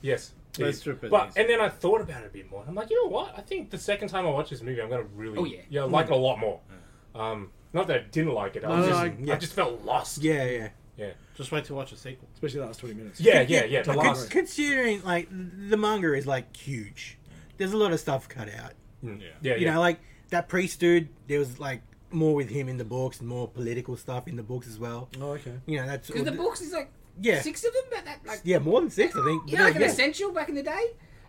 S1: Yes.
S4: That's
S1: please.
S4: true,
S1: But
S4: please.
S1: and then I thought about it a bit more. and I'm like, you know what? I think the second time I watch this movie, I'm gonna really,
S3: Oh, yeah.
S1: I like it a lot more. Um, not that I didn't like it. I,
S2: No,
S1: was
S2: no,
S1: just,
S2: I-
S1: I,
S5: yeah.
S1: just felt lost.
S5: Yeah, yeah.
S4: Just wait to watch a sequel.
S2: Especially the last 20 minutes.
S1: yeah, yeah, yeah. The
S5: Like, con-
S1: last,
S5: considering like the manga is like huge, there's a lot of stuff cut out.
S4: Yeah.
S1: Mm. yeah,
S5: You
S1: yeah.
S5: know, like that priest dude. There was like more with him in the books and more political stuff in the books as well.
S2: Oh, okay.
S5: You know, that's
S3: Because
S5: all
S3: the
S5: the-
S3: books is like
S5: Yeah,
S3: six of them, but that like
S5: yeah, more than six, I
S3: you
S5: think. But
S3: know, like an
S5: yeah,
S3: essential back in the day.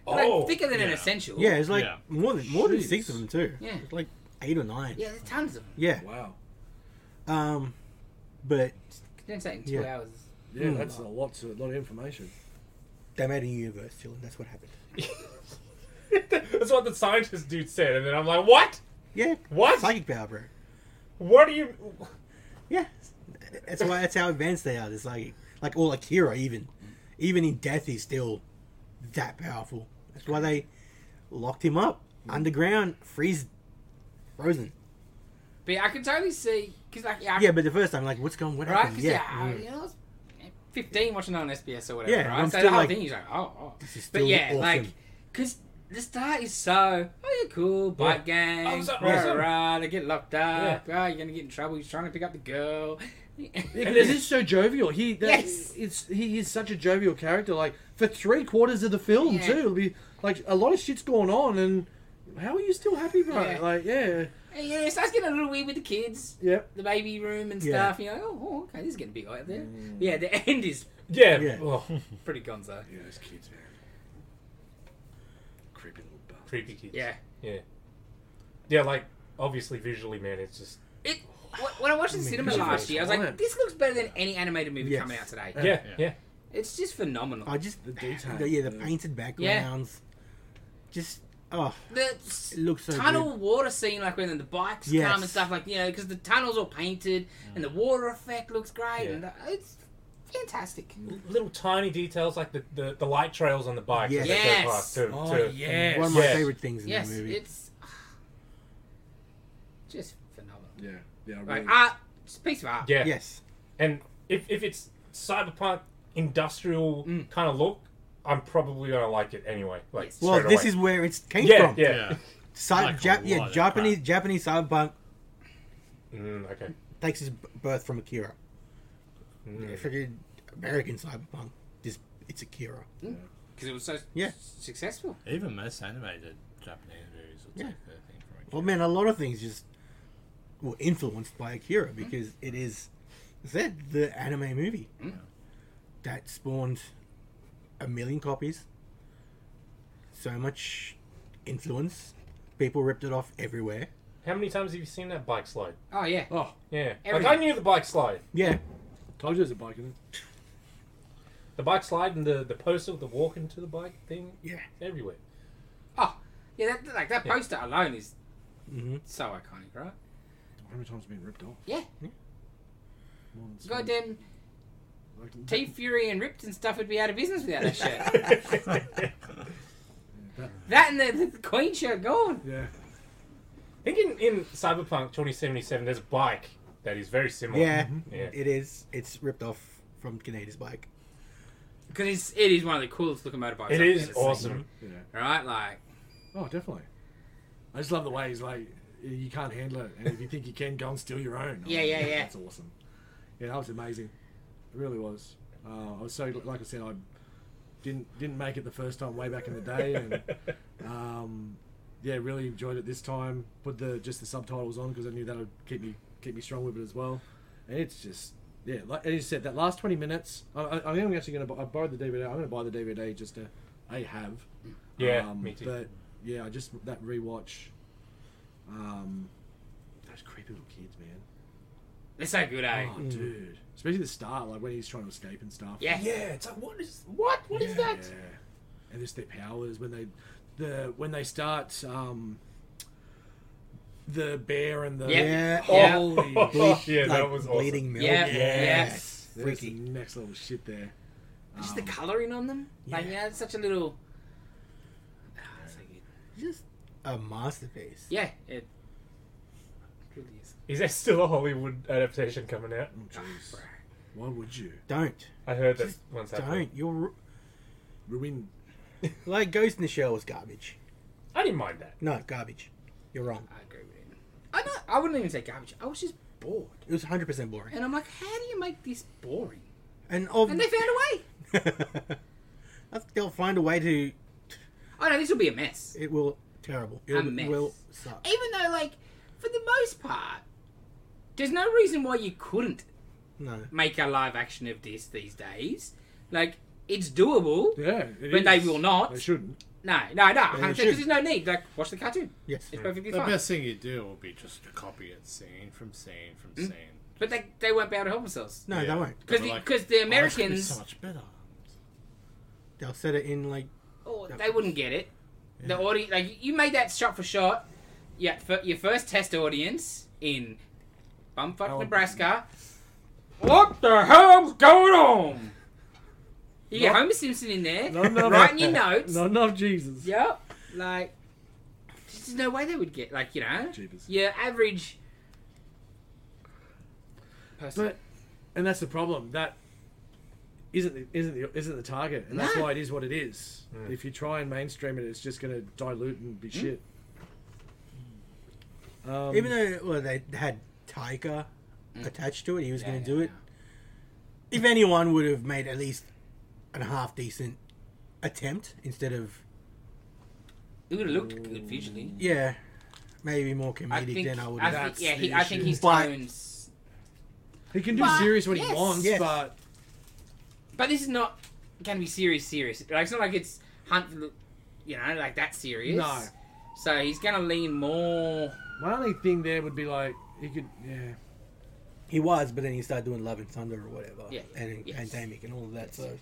S1: Oh,
S3: like thicker than an
S4: yeah.
S3: essential.
S5: yeah, it's like
S4: Yeah.
S5: more than more than
S2: Jeez.
S5: six of them too.
S3: Yeah.
S5: It's like eight or nine.
S3: Yeah, there's tons of them.
S5: Yeah.
S2: Wow.
S5: Um, but
S3: Condense that in two
S5: Yeah.
S3: hours.
S2: Yeah,
S5: Mm.
S2: that's a lot, to, lot of information.
S5: they made a universe, Dylan. That's what happened.
S1: *laughs* That's what the scientist dude said, and then I'm like, what?
S5: Yeah.
S1: What?
S5: Psychic power, bro.
S1: What do you?
S5: Yeah. That's why. That's how advanced they are. It's like, like all Akira, even, even in death, he's still that powerful. That's why they locked him up underground, freeze, frozen.
S3: But yeah, I can totally see because like yeah, I
S5: Yeah, but the first time, like, what's going? What
S3: right?
S5: happened?
S3: Because
S5: Yeah.
S3: yeah, I-
S5: Mm.
S3: you know, I was fifteen watching it on SBS or whatever.
S5: Yeah,
S3: right?
S5: I'm
S3: so the
S5: still
S3: whole
S5: like,
S3: thing is like, oh, oh.
S5: this is
S3: but
S5: still
S3: yeah,
S5: awesome.
S3: like because the start is so oh yeah, cool bike gang,
S1: Oh, is that
S3: rah,
S1: awesome?
S3: rah, they get locked up, oh, you're gonna get in trouble. He's trying to pick up the girl. *laughs*
S2: Yeah, this is so jovial. He that,
S3: Yes.
S2: it's he is such a jovial character. Like for three quarters of the film
S3: Yeah.
S2: too, it'll be like a lot of shit's going on, and how are you still happy, bro?
S3: Yeah.
S2: Like yeah,
S3: And, yeah, it starts getting a little weird with the kids,
S2: yep.
S3: the baby room and
S5: Yeah. Mm.
S3: stuff. You're like, oh, oh, okay, this is getting a bit out there. Yeah, the *laughs* end is
S1: Yeah.
S5: Yeah.
S1: Oh,
S3: pretty gonzo.
S2: Yeah, those kids, man. Creepy little bastard.
S1: *laughs* creepy kids.
S3: Yeah.
S1: Yeah. Yeah, like obviously visually, man, it's just
S3: It, wh- when I watched it in
S5: Man,
S3: cinema
S5: this is
S3: last year, I was like,
S2: excellent.
S3: this looks better than any animated movie
S5: Yes.
S3: coming out today.
S1: yeah, yeah.
S4: Yeah.
S3: It's just phenomenal.
S5: I just
S2: The detail.
S5: Yeah, the
S1: Mm.
S2: Yeah.
S5: painted backgrounds. Just oh,
S3: the s-
S5: it looks so
S3: tunnel water scene, like when the bikes
S5: Yes. Mm.
S3: come and stuff, like you know, because the tunnel's all painted and the water effect looks great,
S1: Yeah.
S3: and the, it's fantastic.
S1: L- Little tiny details like the, the, the light trails on the bike as they
S3: Yes.
S1: go past too.
S2: Oh,
S1: too.
S5: good.
S3: Yes,
S5: One of my
S1: Yes.
S5: favorite things in
S3: yes,
S5: the movie.
S3: it's *sighs* just phenomenal.
S2: Yeah, yeah. I
S3: Like
S2: Really,
S3: art, it's a piece of art.
S1: Yeah.
S5: Yes.
S1: And if, if it's cyberpunk industrial
S3: Mm.
S1: kind of look, I'm probably gonna like it anyway. Like
S3: Yes.
S5: Well,
S1: straight
S5: this
S1: away.
S5: is where it came
S1: yeah,
S5: from.
S1: yeah.
S5: Cy-
S4: Like a
S5: Jap-
S4: lot
S5: yeah,
S4: of
S5: Japanese Japanese cyberpunk
S1: Mm, okay.
S5: takes its b- birth from Akira.
S1: Mm.
S5: Freaking American cyberpunk. This it's Akira.
S3: because it was so
S5: Yeah.
S3: s- successful.
S4: Even most animated Japanese movies will
S5: Yeah.
S4: take their thing from it.
S5: Well, man, a lot of things just were influenced by
S3: Hmm.
S5: Akira because it is is that the anime movie
S3: Mm.
S5: that spawned a million copies. So much influence. People ripped it off everywhere.
S1: How many times have you seen that bike slide?
S3: Oh yeah,
S2: oh,
S1: Yeah.
S3: Every-
S1: Like I knew the bike slide.
S5: Yeah,
S2: told you there's a bike in it.
S1: The bike slide and the, the poster with the walk into the bike thing.
S5: yeah.
S1: Everywhere.
S5: *laughs*
S1: *laughs*
S3: oh yeah, that, like that
S1: Yeah.
S3: poster alone is
S5: Mhm.
S3: so iconic, right?
S2: How many times have been ripped off? Hmm?
S3: Yeah.
S5: Yeah.
S2: More than some.
S3: Goddamn
S2: Like,
S3: T Fury and Ripped and stuff would be out of business without that
S1: *laughs*
S3: shirt.
S2: that-
S3: that and the, the Queen shirt gone.
S2: Yeah.
S1: I think in, in Cyberpunk 2077, there's a bike that is very
S3: Oh,
S1: similar.
S5: Yeah,
S3: mm-hmm.
S1: Yeah.
S5: it is. It's ripped off from Canada's bike.
S3: Because it's it is one of the coolest looking motorbikes.
S1: It
S3: I've
S1: is
S3: ever seen.
S1: awesome.
S2: Yeah.
S3: right? Like
S2: Oh, definitely. I just love the way he's like, you can't handle it, and if you think you can, go and steal your own.
S3: Yeah, yeah, yeah.
S2: That's awesome. Yeah, that was amazing. It really was. Uh, I was so gl- like I said, I didn't didn't make it the first time way back in the day,
S3: *laughs*
S2: and um, yeah, really enjoyed it this time. Put the just the subtitles on because I knew that would keep me keep me strong with it as well. And it's just yeah, like as you said, that last twenty minutes. I, I, I think I'm actually going to. I borrowed the DVD. I'm going to buy the DVD just to a have.
S1: *laughs* Yeah,
S2: um,
S1: me too.
S2: But yeah, I just that rewatch. Um, those creepy little kids, man.
S3: They're so good, eh?
S2: Oh, dude. Especially the start, like when he's trying to escape and stuff.
S3: yeah.
S1: Yeah, it's like what is what? What is that?
S2: Yeah. And just their powers when they, the when they start, um, the bear and the
S3: Yeah.
S1: *laughs*
S3: Yeah.
S2: holy
S1: Oh, yeah, that was awesome.
S5: bleeding milk.
S3: Yeah.
S1: Yes.
S3: Yes.
S2: There's
S5: Freaky.
S2: some next level shit there.
S3: Just the colouring on them. Like,
S5: Yeah.
S3: yeah, it's such a little. Ah, it's so good.
S5: Just a masterpiece.
S3: Yeah, it really is.
S1: Is there still a Hollywood adaptation coming out?
S2: Oh, jeez.
S3: Bruh.
S2: Why would you
S5: Don't.
S1: I heard that
S5: Just
S1: once happened.
S5: Don't. You're
S2: ruin?
S5: like Ghost in the Shell was garbage.
S1: I didn't mind that.
S5: No, garbage. You're wrong.
S3: I agree with it. I not, I wouldn't even say garbage. I was just bored,
S5: It was 100% boring.
S3: and I'm like, how do you make this boring?
S5: And of, *laughs*
S3: And they found a way.
S5: I think they'll find a way to.
S3: Oh no, this will be a mess.
S5: It will terrible. It
S3: mess.
S5: will suck.
S3: Even though, like, for the most part, there's no reason why you couldn't
S5: No.
S3: make a live action of this these days. Like, it's doable.
S2: Yeah, it
S3: But they
S2: is.
S3: will not.
S2: They shouldn't.
S3: No, no, no.
S5: They
S3: Because
S5: should.
S3: there's no need. Like, watch the cartoon.
S5: Yes.
S3: It's perfectly
S4: The
S3: fine.
S4: best thing you do will be just to copy it scene from scene from
S5: Mm-hmm.
S4: scene.
S3: But they, they won't be able to help themselves.
S5: No,
S4: Yeah.
S5: they won't.
S4: They
S3: Because
S4: were
S3: the,
S4: like,
S3: because the
S4: "Oh, this could be
S3: Americans,
S4: so much better.
S5: They'll set it in like.
S3: oh, they wouldn't get it. The audience, like you made that shot for shot. Yeah, for your first test audience in Bumfuck,
S2: Oh.
S3: Nebraska. What the hell's going on? You get
S2: Not-
S3: Homer Simpson in there,
S2: Not enough.
S3: writing your notes.
S2: Not enough Jesus.
S3: Yep. Like, there's no way they would get like you know
S2: Jeepers.
S3: your average person.
S2: But and that's the problem. That isn't the, isn't the, isn't the target, and that's
S3: No.
S2: why it is what it is. If you try and mainstream it, it's just going to dilute and be shit. Um,
S5: Hmm. Even though well, they had Tiger attached to it, he was
S3: Yeah,
S5: going
S3: Mm. yeah,
S5: to do it. If anyone would have made at least a half decent attempt instead of
S3: it would have looked good visually.
S5: yeah, maybe more
S3: I
S5: comedic
S3: think,
S5: than I would
S3: I
S5: have.
S3: think
S2: That's
S3: yeah, he,
S2: the
S3: I think
S2: issue.
S3: his
S5: But-
S3: tones.
S2: he can do
S3: But-
S2: serious when he
S3: yes.
S2: wants,
S5: Yes.
S2: but
S3: But this is not going to be serious, serious. Like it's not like it's hunt, for the- you know, like that serious.
S2: No.
S3: So he's going to lean more.
S2: my only thing there would be like he could yeah.
S5: He was, but then he started doing Love and Thunder or whatever,
S3: Yeah,
S5: and
S3: yes.
S5: pandemic and all of that. So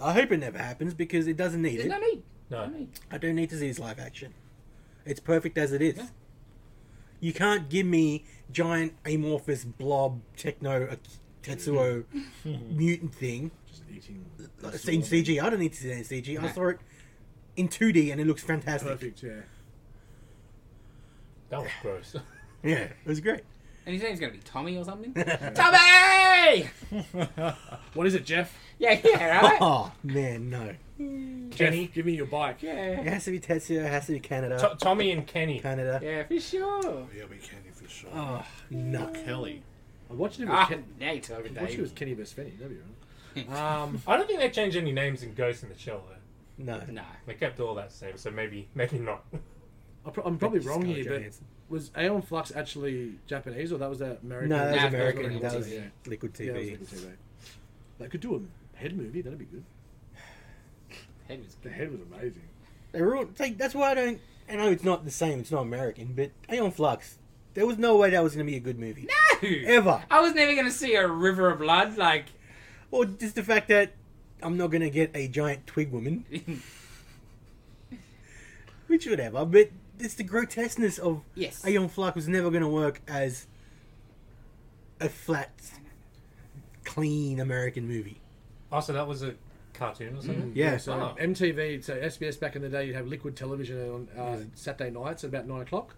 S5: I hope it never happens because it doesn't need
S3: There's
S5: it.
S3: no need.
S1: No.
S3: No need.
S5: I don't need to see his live action. It's perfect as it is.
S3: Yeah.
S5: You can't give me giant amorphous blob techno uh, Tetsuo
S2: *laughs*
S5: mutant thing
S2: Just eating.
S5: It's in CG. I don't need to see that in CG. I saw it in 2D and it looks fantastic.
S2: Perfect, yeah.
S1: That
S5: *laughs*
S1: was gross.
S5: Yeah, it was great.
S3: And his name's going to be Tommy or something. Tommy!
S2: What is it, Jeff?
S3: Yeah, yeah,
S5: *laughs*
S3: right?
S5: Oh man, no.
S1: Kenny,
S2: Jeff, give me your bike.
S5: It
S3: yeah.
S5: has to be Tetsuo. It has to be Canada.
S1: To- Tommy and
S5: *laughs*
S1: Kenny.
S5: Canada.
S3: Yeah, for sure.
S4: Yeah, we can if you sure.
S5: Oh no.
S4: Kelly.
S2: I watched it with
S3: Ah,
S2: Ken,
S3: now you're talking,
S2: I watched it
S3: Dave.
S2: with Kenny Besfini. That'd be
S5: *laughs*
S2: right. Um,
S1: I don't think they changed any names in Ghost in the Shell though.
S5: No.
S3: No.
S1: They kept all that same, so maybe maybe not. *laughs*
S2: I pro- I'm probably
S5: Just
S2: wrong
S5: go
S2: here, but
S5: Johansson.
S2: was Aeon Flux actually Japanese or that was that American?
S5: No, that was
S3: Nah,
S5: American.
S3: American
S5: That was
S2: TV.
S5: Liquid
S2: Yeah, that was
S5: TV.
S2: Liquid TV. They could do a head movie. That'd be good.
S3: Head was good.
S2: The head was amazing.
S5: They were all, it's like, that's why I don't. I know it's not the same. It's not American, but Aeon Flux. There was no way that was going to be a good movie ever.
S3: I was never going to see a river of blood. Like,
S5: Or just the fact that I'm not going to get a giant twig
S3: *laughs*
S5: woman. Which, whatever, but it's the grotesqueness of
S3: yes.
S5: Aeon Flux was never going to work as a flat, clean American movie.
S1: oh, so that was a cartoon or something?
S5: Yeah,
S2: So
S1: Oh.
S2: MTV, so SBS back in the day, you'd have liquid television on uh, Saturday nights at about nine o'clock,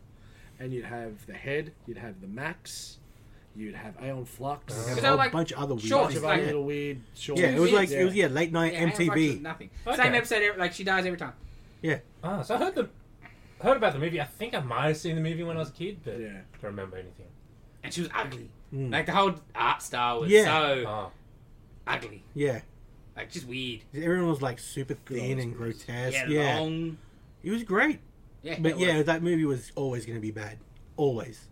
S2: and you'd have the head, you'd have the Max, you'd have Aeon Flux,
S5: a
S3: So,
S5: whole
S3: like,
S5: bunch of other weird
S3: short
S2: bunch of
S3: it's
S5: things.
S3: like-
S2: other
S5: yeah.
S2: little weird short.
S5: Yeah, it was like it was
S2: yeah.
S5: yeah late night
S3: Yeah, Aeon Flux was
S5: MTV.
S3: Nothing.
S1: Okay.
S3: Same episode, every- like, she dies every time.
S1: Ah, so I heard the heard about the movie. I think I might have seen the movie when I was a kid, but
S2: Yeah.
S1: don't remember anything.
S3: And she was ugly.
S5: Mm.
S3: Like, the whole art style was
S5: Yeah.
S3: so
S1: Ah,
S3: ugly.
S5: Yeah,
S3: Like, just weird.
S5: everyone was like super thin
S2: old
S5: and
S2: schools.
S5: grotesque.
S3: Yeah,
S5: Yeah,
S3: long.
S5: it was great,
S3: Yeah,
S5: but
S3: it
S5: yeah,
S3: was.
S5: that movie was always going to be bad, always.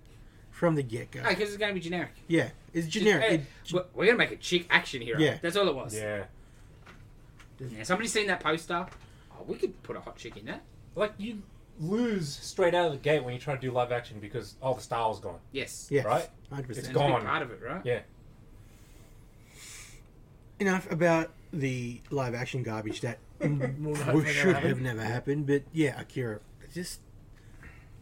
S5: from the get go.
S3: Because Ah, it's going to be generic.
S5: Yeah, it's generic.
S3: Hey,
S5: It-
S3: we're going to make a chick action hero.
S5: Yeah.
S3: That's all it was.
S1: Yeah.
S3: Yeah, somebody's seen that poster. Oh, we could put a hot chick in that.
S1: Like, you lose straight out of the gate when you try to do live action because all the style is gone.
S3: Yes.
S5: yes,
S1: right?
S5: Hundred
S1: It's
S3: That's
S5: percent.
S1: gone.
S3: a big part of it, right?
S1: Yeah.
S5: Enough about the live action
S3: *laughs*
S5: garbage that *laughs*
S2: Will not- will
S5: we
S2: never
S5: should
S2: happen.
S5: have never happened. But yeah, Akira, it's just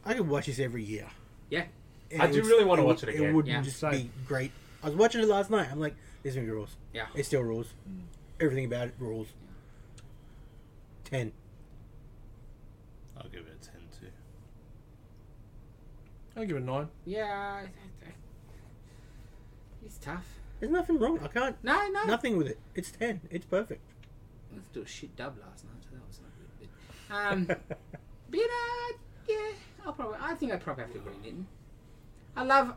S5: I could watch this every year.
S3: Yeah.
S5: And
S1: I
S5: it
S1: do
S5: would-
S1: really wanna
S5: would-
S1: watch it
S5: It
S1: again.
S5: would
S3: Yeah.
S5: just
S2: Same.
S5: be great. I was watching it last night. I'm like, this movie rules.
S3: Yeah.
S5: It still rules. Everything about it rules. Ten.
S4: I'll give it a 10 too.
S2: I'll give it a nine.
S3: Yeah. I- I- I- It's tough.
S5: There's nothing wrong. I can't.
S3: No, no.
S5: Nothing with it. It's ten. It's perfect.
S3: Let's do a shit dub last night, so that was not good. But, um, but uh, yeah, I'll probably. I think I probably have to agree, Nitin. I love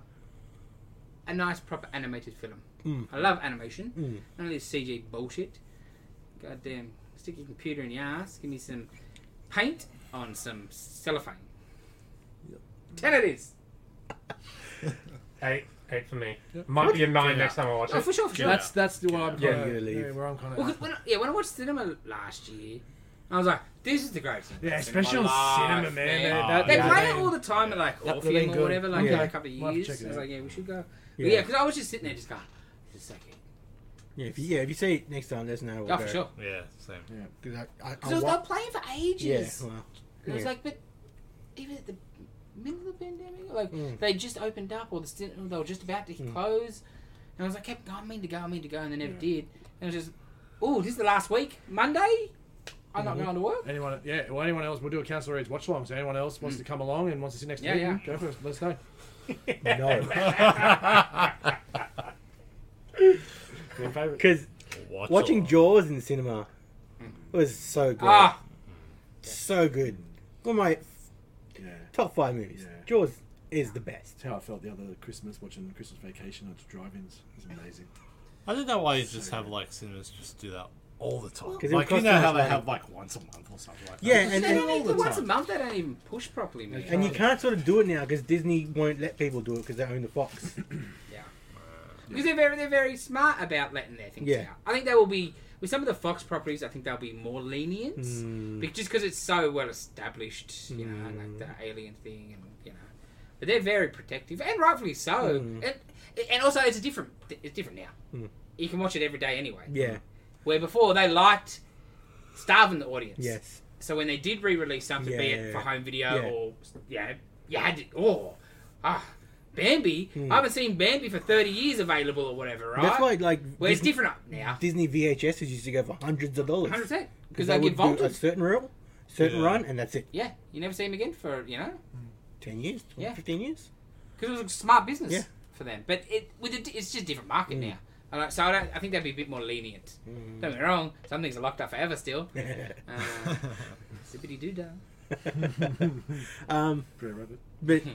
S3: a nice proper animated film.
S5: Mm.
S3: I love animation.
S5: Mm.
S3: None of this CG bullshit. Goddamn, stick your computer in your ass. Give me some paint on some cellophane. Ten it is.
S1: Eight. Eight for me. Might be a nine next time I watch
S3: Oh,
S1: it.
S3: for sure, for sure.
S2: That's that's the one I'm
S1: Yeah.
S2: kind
S5: Yeah,
S2: of
S5: leave.
S2: yeah, where I'm kind
S3: Well,
S2: of.
S3: 'cause when I, yeah, when I watched cinema last year, I was like, "This is the greatest." thing
S2: Yeah,
S3: I've seen in
S2: especially
S3: my
S2: on cinema,
S3: life,
S2: man.
S4: Oh,
S2: That-
S3: They
S2: that-
S3: play it all the time at like
S2: That- that
S3: Orpheum
S2: ain't
S3: or
S2: good.
S3: whatever, like
S5: Yeah.
S3: every couple
S2: We'll have
S3: of
S2: to
S3: years.
S2: check it
S3: I was
S2: out.
S3: like, "Yeah, we should go." But
S5: Yeah.
S3: yeah, because I was just sitting there, just going, "Just a second.
S5: Yeah. If you, yeah. If you say it next time, there's no.
S3: Oh, for sure.
S4: Yeah, same.
S5: Because I, I, I,
S3: Because I was
S5: wa-
S3: like playing for
S5: yeah.
S3: ages.
S5: Well,
S3: And I was
S5: yeah.
S3: like, but even at the middle of the pandemic, like
S5: Mm.
S3: they just opened up, or the cin- or they were just about to close, and I was like, kept going, I mean to go, I mean to go, and they never did. And it was just, oh, this is the last week, Monday. I'm not going to work.
S2: Anyone, yeah, well, anyone else, we'll do a Council Reed's watch along. So anyone else wants to come along and wants to sit next
S3: Mm. Yeah,
S2: to me,
S3: yeah.
S2: go for it. Let us know.
S5: no.
S1: Your favourite?
S5: *laughs* Because
S4: Watch
S5: watching
S4: along.
S5: Jaws in cinema was so good.
S3: Ah,
S5: So good. One of my
S2: Yeah,
S5: top five movies.
S2: Yeah.
S5: Jaws is the best.
S2: that's how I felt the other Christmas watching Christmas Vacation at drive-ins. It was amazing.
S4: I don't know why you just have like cinemas just do that all the time.
S5: 'Cause it would
S4: Like you
S5: cost
S4: know
S5: so much
S4: how they
S5: money.
S4: have like once a month or something like that.
S5: Yeah,
S4: Just
S5: and-
S4: do
S3: they
S4: it
S5: and-
S3: don't
S4: all the
S3: even, once a
S4: time.
S3: month they don't even push properly, man.
S5: And you can't sort of do it now because Disney won't let people do it because they own the Fox.
S3: Yeah. Because they're very they're very smart about letting their things
S5: Yeah.
S3: out. I think they will be with some of the Fox properties. I think they'll be more lenient,
S5: Hmm.
S3: be- just because it's so well established. You know, like
S5: Hmm.
S3: the alien thing, and you know, but they're very protective, and rightfully so.
S5: Hmm.
S3: And and also it's a different it's different now. You can watch it every day anyway.
S5: yeah.
S3: Where before they liked starving the audience.
S5: Yes.
S3: So when they did re-release something, be
S5: Yeah.
S3: it for home video
S5: Yeah.
S3: or yeah, you had to oh ah Bambi. I haven't seen Bambi for thirty years available or whatever, right?
S5: Hmm. That's why, like,
S3: well, it's
S5: Disney,
S3: different up now,
S5: Disney VHSs used to go for hundreds of dollars
S3: hundred percent, because
S5: they
S3: they
S5: would
S3: get
S5: do a
S3: vaulted.
S5: certain reel, certain
S4: Yeah.
S5: run, and that's it.
S3: Yeah, you never see them again for you know
S5: Ten years,
S3: Yeah.
S5: 15
S2: *laughs*
S5: years. *laughs*
S3: because it was a smart business
S5: Yeah. Hmm.
S3: for them. But it with it, it's just a different market now. I don't- so I, don't, I think they'd be a bit more lenient. Don't get me wrong, some things are locked up forever
S5: *laughs*
S3: still. Uh, zippity doo dah.
S5: um,
S2: Brer Rabbit.
S5: but
S3: Hmm.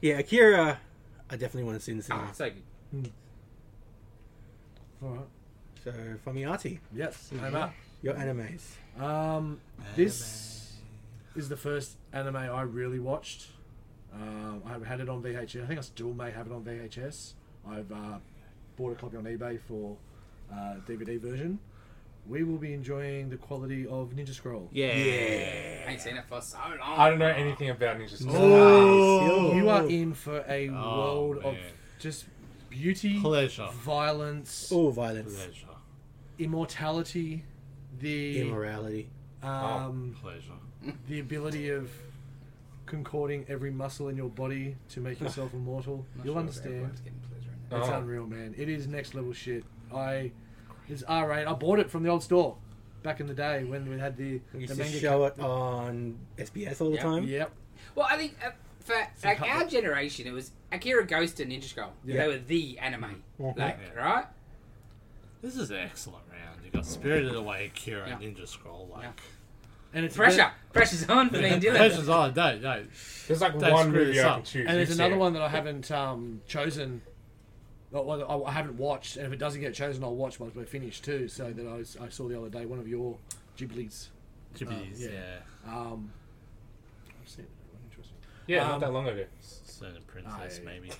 S5: yeah, Akira, I definitely want to see in the cinema.
S3: Ah, so good.
S2: All right.
S5: So Famiati,
S2: Yes, I'm up.
S5: your animes.
S2: Um, this is the first anime I really watched. Um, I had it on VHS. I think I still may have it on VHS. I've uh, bought a copy on eBay for uh, DVD version. We will be enjoying the quality of Ninja Scroll.
S3: Yeah. I ain't seen it for so long.
S1: I don't know anything about Ninja Scroll.
S4: Oh.
S2: You are in for a
S4: Oh,
S2: world of
S4: man.
S2: just beauty,
S4: Pleasure.
S2: violence,
S5: Oh, violence,
S4: Pleasure.
S2: immortality, the
S5: immorality.
S2: um,
S4: Pleasure.
S2: the ability of concording every muscle in your body to make
S5: *laughs*
S2: yourself immortal. You'll understand. It's
S1: Oh.
S2: unreal, man. It is next level shit. I it's R rated. I bought it from the old store back in the day when we had the,
S5: We
S2: the
S5: used to
S2: manga.
S5: show it on SBS all the
S3: Yeah.
S5: time.
S2: Yep.
S3: Well, I think uh, for like
S2: couple.
S3: our generation, it was Akira Ghost and Ninja Scroll.
S2: Yeah.
S3: They were the anime,
S5: Mhm.
S3: like
S4: Yeah.
S3: right.
S4: This is an excellent round. You got Spirited Away, Akira,
S3: Yeah.
S4: and Ninja Scroll. Like
S3: Yeah.
S2: And it's
S3: Pressure, pressure's on for me and Dylan.
S4: Pleasure's on. No, no.
S1: There's like
S4: Don't
S1: one
S4: screw
S1: movie
S4: this
S1: I
S4: up.
S1: can choose.
S2: and there's
S1: You
S2: another
S1: said.
S2: one that I haven't um, chosen. Well, well, I- I haven't watched, and if it doesn't get chosen, I'll watch once we're finished too. So that I, was, I saw the other day one of your Ghibli's.
S4: Jibbies,
S2: yeah.
S4: Oh, yeah.
S2: Um, I've seen it. Interesting.
S1: Yeah,
S2: Um,
S1: not that long ago.
S4: Certain princess,
S2: I-
S4: *laughs* maybe.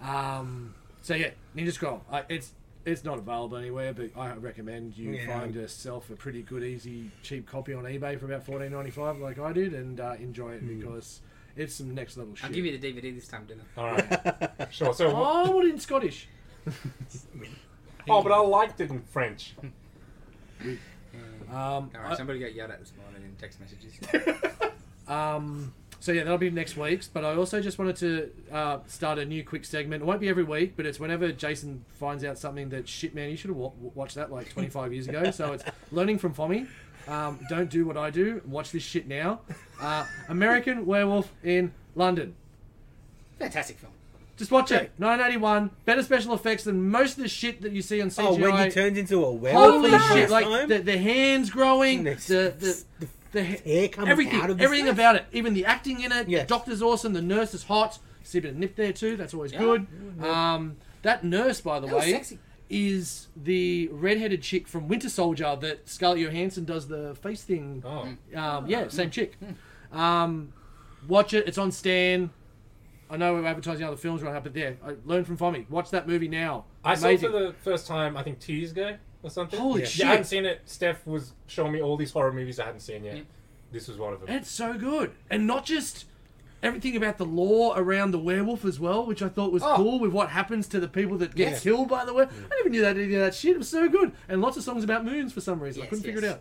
S2: Um, so yeah, Ninja Scroll. I, it's it's not available anywhere, but I recommend you
S5: Yeah.
S2: find yourself a pretty good, easy, cheap copy on eBay for about fourteen ninety five, like I did, and uh, enjoy it
S1: Hmm.
S2: because it's some next level shit.
S3: I'll give you the DVD this time, Dylan.
S1: All right.
S2: *laughs*
S1: sure. So, what-
S2: oh, what in Scottish?
S1: oh, but I liked it in
S2: *laughs*
S1: French.
S2: Um,
S3: All right,
S2: I-
S3: somebody got yelled at this morning in text messages.
S2: Um, so yeah, that'll be next week's. But I also just wanted to uh, start a new quick segment. It won't be every week, but it's whenever Jason finds out something that shit, man, you should have wa- watched that like 25 years ago. So it's learning from Fommy. Um, don't do what I do. Watch this shit now. Uh, American Werewolf in London.
S3: Fantastic film.
S2: Just watch it. 981. Better special effects than most of the shit that you see on CGI.
S5: Oh, when he turns into a werewolf
S2: Holy
S5: for the
S2: shit!
S5: first
S2: Like
S5: time?
S2: the, the hands growing,
S5: Next-
S2: the the the,
S5: hair coming
S2: everything,
S5: out of the
S2: everything
S5: stuff.
S2: about it, even the acting in it.
S5: Yes.
S2: The doctor's awesome. The nurse is hot. See a bit of nip there too. That's always good. Um, that nurse, by the
S3: That was
S2: way,
S3: sexy.
S2: is the redheaded chick from Winter Soldier that Scarlett Johansson does the face thing.
S1: Oh,
S2: Um,
S3: Ah.
S2: yeah, same chick.
S3: Hmm.
S2: Um, watch it. It's on Stan. I know we're advertising other films right now, but there, I learn from Fommy. Watch that movie now.
S1: I saw it for
S2: Amazing.
S1: the first time. I think two years ago or something.
S2: Holy
S1: yeah.
S2: shit.
S1: Yeah, I hadn't seen it. Steph was showing me all these horror movies I hadn't seen yet.
S3: Yeah.
S1: This was one of them.
S2: And it's so good. And not just everything about the law around the werewolf as well, which I thought was
S3: Oh.
S2: cool with what happens to the people that get
S3: Yes.
S2: killed by the werewolf. I never knew that any of that shit. It was so good. And lots of songs about moons for some reason. I
S3: Yes,
S2: couldn't figure
S3: yes.
S2: it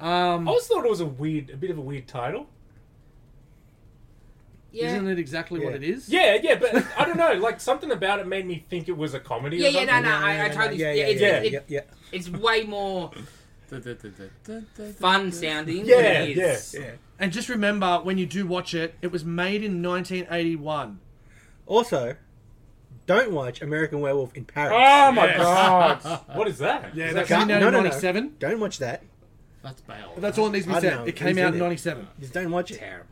S2: out. Um,
S1: I
S5: Oh,
S1: always thought it was a weird, a bit of a weird title.
S3: Yeah.
S2: Isn't it exactly what
S5: Yeah.
S2: it is?
S1: Yeah, yeah, but I don't know. Like something about it made me think it was a comedy.
S3: Yeah,
S1: or
S3: yeah,
S1: something.
S3: no, no, I, I totally. Yeah, it's,
S1: yeah,
S3: it-
S5: yeah, yeah,
S3: it's way more fun
S4: Fun
S3: sounding than
S1: Yeah,
S3: it is.
S1: yes.
S5: yeah.
S2: And just remember, when you do watch it, it was made in 1981.
S5: Also, don't watch American Werewolf in Paris.
S2: Ah!
S1: Oh my
S4: Yes.
S1: god!
S2: *laughs*
S1: what is that?
S2: Yeah,
S5: Is
S2: that
S5: that
S2: came out
S5: got-
S2: in
S5: no, no, no.
S2: 97.
S5: Don't watch that.
S4: That's Bale.
S2: That's all that needs to be
S5: I don't
S2: said.
S5: know.
S2: It came
S5: It's
S2: out
S5: in
S2: in
S5: it.
S2: 97.
S5: Just don't watch it.
S3: Terrible.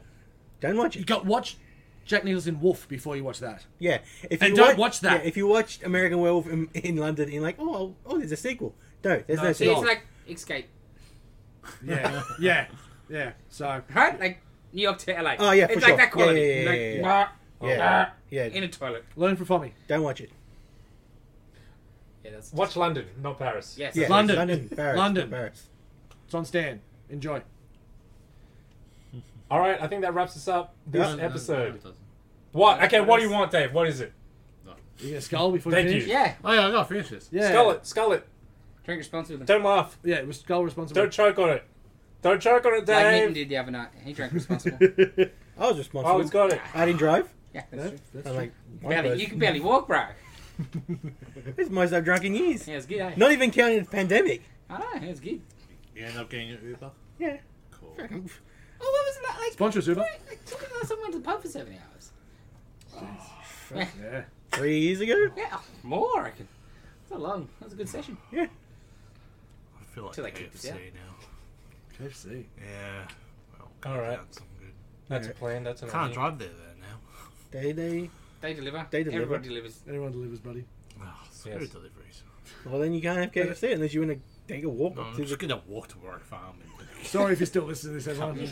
S5: Don't watch
S2: You
S5: it.
S2: got watch Jack Nicholson Wolf before you watch that.
S5: Yeah. If
S2: And
S5: you
S2: don't watch that.
S5: Yeah, if you watched American Werewolf in, in London, you're like, oh, oh, there's a sequel. No, there's
S2: No,
S5: no,
S2: it's
S3: See,
S5: sequel.
S3: it's like Escape,
S2: Yeah, *laughs* yeah, yeah. So
S3: right? Like New York to LA.
S5: Oh, yeah,
S3: it's
S5: for
S3: like
S5: sure.
S3: that quality.
S5: Yeah, yeah, yeah,
S3: like,
S5: yeah,
S1: Ah.
S5: yeah, yeah.
S3: In a toilet.
S2: learn from Fommy.
S5: Don't watch it.
S3: Yeah, that's
S1: Watch London, not Paris.
S3: Yes.
S5: Yeah,
S2: London.
S5: London, Paris,
S2: London.
S5: Paris.
S2: It's on Stan. Enjoy.
S1: All right, I think that wraps us up this
S5: Yeah.
S4: No, no,
S1: episode.
S4: no, it doesn't.
S1: What? Okay, what do you want, Dave? What is it?
S2: You gonna skull before
S1: Thank
S2: you
S1: you.
S2: finish?
S3: Yeah.
S4: Oh yeah, I gotta finish this.
S2: Yeah.
S1: Skull it, skull it.
S3: Drink responsibly.
S1: Don't laugh.
S2: Yeah, it was skull responsible. *laughs*
S1: Don't choke on it. Don't choke on it,
S3: Like Newton
S1: Dave.
S3: did the other night. He drank *laughs* responsible.
S5: I was responsible.
S1: Oh, it's got it.
S5: I didn't drive.
S3: yeah, that's
S2: Yeah,
S3: true.
S2: that's
S5: I'm
S2: true.
S5: like, one
S3: Barely, you
S5: person.
S3: can barely walk, bro.
S5: It's the most I've drunk in years.
S3: Yeah, it's good. Eh?
S5: Not even counting the pandemic.
S3: I know. It's good.
S4: You end up getting an Uber.
S5: Yeah.
S4: Cool.
S3: Oh, what was that? Like,
S2: Sponsor us, Uber.
S3: Right, like talking about someone to the pub for seven hours.
S2: Yeah.
S5: Three years ago?
S3: Yeah, oh, more. I reckon. It's not long. That was a good session.
S4: I feel like
S3: Till they kick us
S4: KFC now.
S3: out.
S2: KFC.
S4: Yeah. Well,
S1: All right.
S4: that's something good.
S1: That's a plan. That's an
S4: Can't
S1: idea.
S4: drive there there now.
S5: They, they.
S3: They deliver.
S5: They deliver.
S3: Everybody delivers.
S2: Everyone delivers, buddy.
S4: Oh, screw
S1: Yes.
S4: deliveries.
S5: Well, then you can't have KFC unless you want to take a walk
S4: No,
S5: up
S4: I'm
S5: to
S4: just
S5: the.
S4: gonna walk to work farm. And...
S2: *laughs*
S4: *laughs*
S2: Sorry if you're still listening to this, everyone.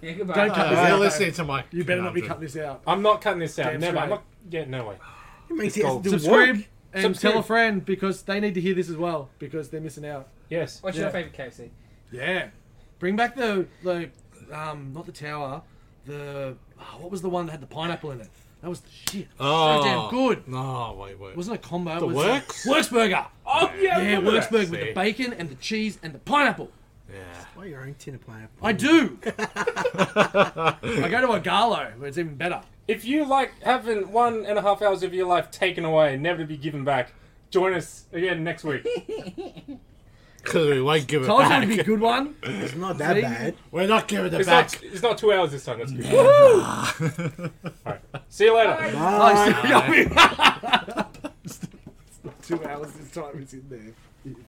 S3: Yeah, goodbye.
S2: Don't cut
S4: Uh,
S2: this
S4: you're
S2: out.
S4: listening to my.
S2: You better not be
S4: conundrum.
S2: cutting this out.
S1: I'm not cutting this out.
S2: Damn
S1: Never. I'm
S2: straight.
S1: not. Yeah, no way.
S5: It makes
S1: It's
S5: sense
S1: gold.
S5: to
S2: Subscribe
S5: walk.
S2: and
S1: Subscribe.
S2: tell a friend because they need to hear this as well because they're missing out.
S1: Yes.
S3: What's
S2: Yeah.
S3: your favourite KFC?
S2: Yeah. Bring back the the um not the tower, the oh, what was the one that had the pineapple in it? That was the shit.
S4: Oh,
S2: So damn good.
S4: No, wait, wait.
S2: Wasn't a combo. it
S4: The
S2: was
S4: Works?
S2: Works burger.
S1: Oh yeah. I
S2: Yeah,
S1: remember
S2: Works
S1: that.
S2: burger with the
S4: See?
S2: bacon and the cheese and the pineapple.
S4: yeah.
S5: Buy your own tin of pineapple.
S2: I *laughs* do. I go to a Galo where it's even *laughs* better.
S1: If you like having one and a half hours of your life taken away, never to be given back, join us again next *laughs* week.
S4: Because we won't give it
S2: Told you
S4: back.
S2: it'd be a good one.
S5: It's not that
S2: See?
S5: bad.
S4: We're not giving it
S1: It's
S4: back.
S1: *laughs* not. Ah. It's not two hours this time. That's good. All right. See you later.
S5: Uh,
S2: *laughs* Oh, so- Two hours this time it's in there.